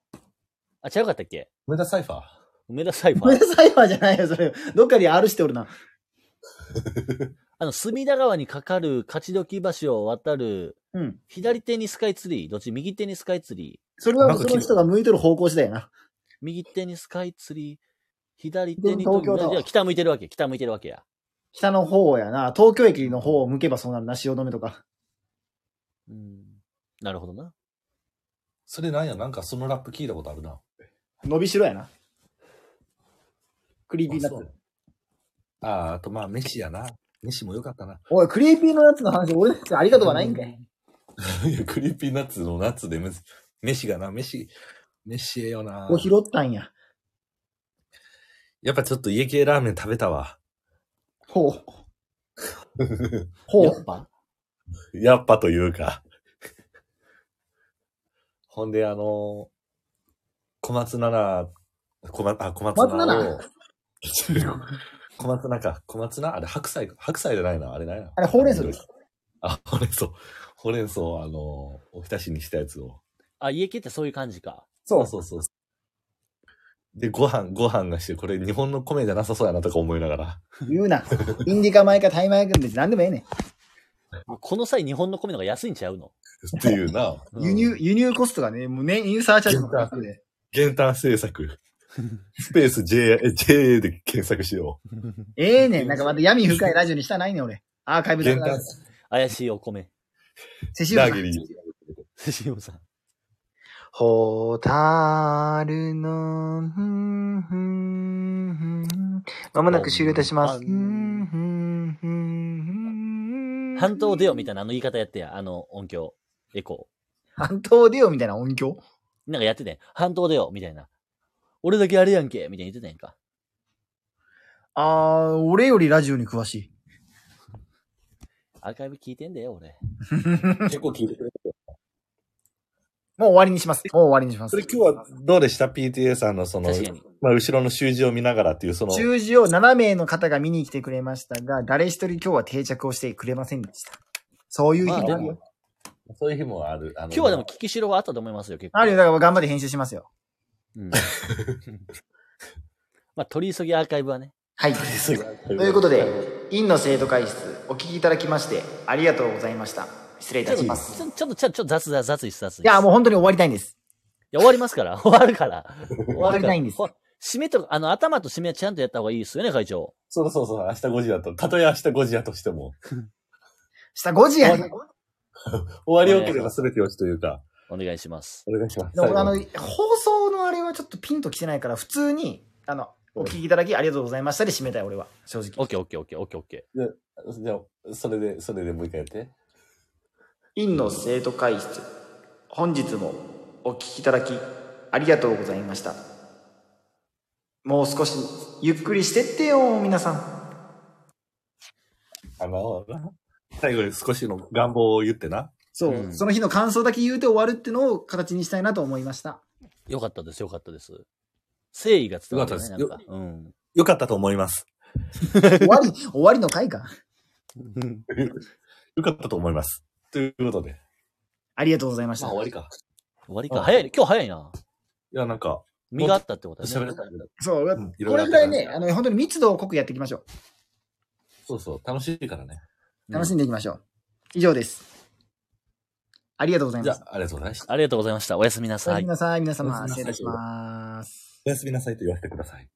Speaker 3: あ、違うかったっけ
Speaker 4: 梅田サイファー。
Speaker 3: 梅田サイファ
Speaker 2: 梅
Speaker 3: ー。
Speaker 2: 田サイファーじゃないよ、それ。どっかに R しておるな。
Speaker 3: あの、隅田川にかかる勝どき橋を渡る、
Speaker 2: うん。
Speaker 3: 左手にスカイツリー、どっち右手にスカイツリー、
Speaker 2: それはその人が向いとる方向次第やな。
Speaker 3: 右手にスカイツリー、左手に
Speaker 2: 東京だわ
Speaker 3: じゃあ北向いてるわけ、北向いてるわけや。
Speaker 2: 北の方やな。東京駅の方を向けばそうなるな、汐留とか。
Speaker 3: うん。なるほどな。
Speaker 4: それなんや、なんかそのラップ聞いたことあるな。
Speaker 2: 伸びしろやな。クリーピーナッツ。
Speaker 4: ああ、あとまあ、メシやな。メシもよかったな。
Speaker 2: おい、クリーピーナッツの話、俺たちありがとうはないんかい。
Speaker 4: いや、 <laughs> クリーピーナッツのナッツでメシ、メシがな、メシ、メシええよな。
Speaker 2: お拾ったんや。
Speaker 4: やっぱちょっと家系ラーメン食べたわ。
Speaker 2: ほう。ほ
Speaker 3: やっ
Speaker 2: う。
Speaker 3: ぱ。
Speaker 4: やっぱというか。 <laughs> ほんで、あの、小松菜奈小松、あ、小松
Speaker 2: 小松菜
Speaker 4: 菜を。 <laughs> 小松菜か。小松菜あれ、白菜か、白菜じゃないな。あれないな。
Speaker 2: あれほうれん草です。
Speaker 4: あ、ほうれん草。ほうれん草を、あの、おひたしにしたやつを。
Speaker 3: あ、家系ってそういう感じか。
Speaker 2: そ
Speaker 4: そうそうそう。で、ご飯、ご飯がして、これ日本の米じゃなさそうやなとか思いながら。
Speaker 2: 言うな。インディカ米かタイ米か別に何でもええねん。
Speaker 3: この際日本の米の方が安いんちゃうの、
Speaker 4: っていうな。
Speaker 3: うん
Speaker 2: 輸入、輸入コストがね、もうね、インサーチャージもかかってて
Speaker 4: 減反政策。スペース J、JA で検索しよ
Speaker 2: ええねん。なんかまた闇深いラジオにしたないねん、俺。アーカイ
Speaker 4: う。
Speaker 2: ブだ
Speaker 4: 減
Speaker 2: から
Speaker 4: 反、。
Speaker 3: <laughs> 怪しいお米。
Speaker 2: セシウ
Speaker 4: ラ
Speaker 2: ム
Speaker 4: ー
Speaker 2: さ
Speaker 4: ゲ
Speaker 2: ん
Speaker 4: リ。
Speaker 3: シオさん。
Speaker 2: ホタルの、ふんふんふんまもなく終了いたします。
Speaker 3: あ
Speaker 2: ふんふんふんふん
Speaker 3: 半島出よみたいなあの言い方やってや。あの音響、エコ
Speaker 2: 半島出よみたいな音響
Speaker 3: ー。なんかやってたやん。半島出よみたいな。俺だけあれやんけみたいに言ってたやんか。
Speaker 2: あー、俺よりラジオに詳しい。
Speaker 3: アーカイブ聞いてんだよ、俺。
Speaker 4: 結構聞いてくれ
Speaker 2: もう終わりにします。もう終わりにします
Speaker 4: それ。今日はどうでした ?PTA さんのその、
Speaker 3: 確かに。
Speaker 4: まあ、後ろの習字を見ながらっていう、その、
Speaker 2: 中字を7名の方が見に来てくれましたが、誰一人今日は定着をしてくれませんでした。そういう日
Speaker 3: まあ
Speaker 2: も
Speaker 3: で
Speaker 2: あるよ
Speaker 3: も。
Speaker 4: そういう日もある。あの
Speaker 3: 今日はでも、聞きしろはあったと思いますよ、結構。
Speaker 2: あるよ、だから頑張って編集しますよ。
Speaker 3: うん
Speaker 2: <laughs>
Speaker 3: まあ、取り急ぎアーカイブはね。
Speaker 2: <laughs> はい。
Speaker 4: と
Speaker 2: ということで、院の生徒会室、お聞きいただきまして、ありがとうございました。失礼い
Speaker 3: ちょ
Speaker 2: たし
Speaker 3: っと、ちょ
Speaker 2: ます。
Speaker 3: っと、ちょっとちょっと雑雑雑いっす雑いっす。
Speaker 2: いや、もう本当に終わりたいんです。
Speaker 3: いや、終わりますから。 <laughs> 終わるから。終
Speaker 2: わりたいんです
Speaker 3: ほら締めとか、あの、頭と締めはちゃんとやった方がいいですよね、会長。
Speaker 4: そうそうそう、明日5時だと。たとえ明日5時だとしても、
Speaker 2: 下5時やねん。
Speaker 4: 終わりよければ全てよしというか、
Speaker 3: お願いします。
Speaker 4: お願いします。
Speaker 2: でも俺あの、
Speaker 4: 最後
Speaker 2: 放送のあれはちょっとピンときてないから、普通に、あの、お聞きいただきありがとうございましたで締めたい、俺は。正
Speaker 3: オッ
Speaker 2: 直。
Speaker 3: ケーオッケーオッケーオッケーオッケ
Speaker 4: じゃあ、それで、それでもう一回やって。
Speaker 2: 院の生徒会室、本日もお聞きいただきありがとうございました。もう少しゆっくりしてってよ、皆さん。
Speaker 4: あの、最後に少しの願望を言ってな。
Speaker 2: そう、
Speaker 3: うん
Speaker 2: その日の感想だけ言うて終わるってのを形にしたいなと思いました。
Speaker 3: ー。よかったです、よかったです。誠意が伝わるね、な
Speaker 4: よ
Speaker 3: ん
Speaker 4: かっ
Speaker 3: か
Speaker 4: たで。
Speaker 3: うん。
Speaker 4: よかったと思います。
Speaker 2: 終わり、終わりの回か。
Speaker 4: よかったと思います。ということで。
Speaker 2: ありがとうございました。
Speaker 4: りか。
Speaker 3: 終わり
Speaker 4: う
Speaker 3: か。
Speaker 4: ん
Speaker 3: 早いね、今日早いな。
Speaker 4: いや、なんか、
Speaker 3: 身があったってことだ
Speaker 4: 喋
Speaker 3: ね。
Speaker 4: れたけど
Speaker 2: そう、
Speaker 4: うんいろ
Speaker 2: こ
Speaker 4: いろや
Speaker 2: れ
Speaker 4: って
Speaker 2: ぐら
Speaker 4: くださ
Speaker 2: い
Speaker 4: い
Speaker 2: ね、あの、本当に密度を濃くやっていきましょう。
Speaker 4: そうそう、楽しいからね。
Speaker 3: うん
Speaker 2: 楽しんでいきましょう。以上です。ありがとうござい
Speaker 4: じ
Speaker 2: ま
Speaker 4: ゃ
Speaker 2: す。
Speaker 4: あ、ありがとうございました。
Speaker 3: ありがとうございました。おやすみ
Speaker 2: お
Speaker 3: な
Speaker 2: や
Speaker 3: さ
Speaker 2: す
Speaker 3: い
Speaker 2: み。なさい、皆
Speaker 4: お
Speaker 2: 様。
Speaker 4: やす
Speaker 2: 失
Speaker 4: み
Speaker 2: 礼い
Speaker 4: なさい
Speaker 2: たします。
Speaker 4: おやすみなさいと言わせてください。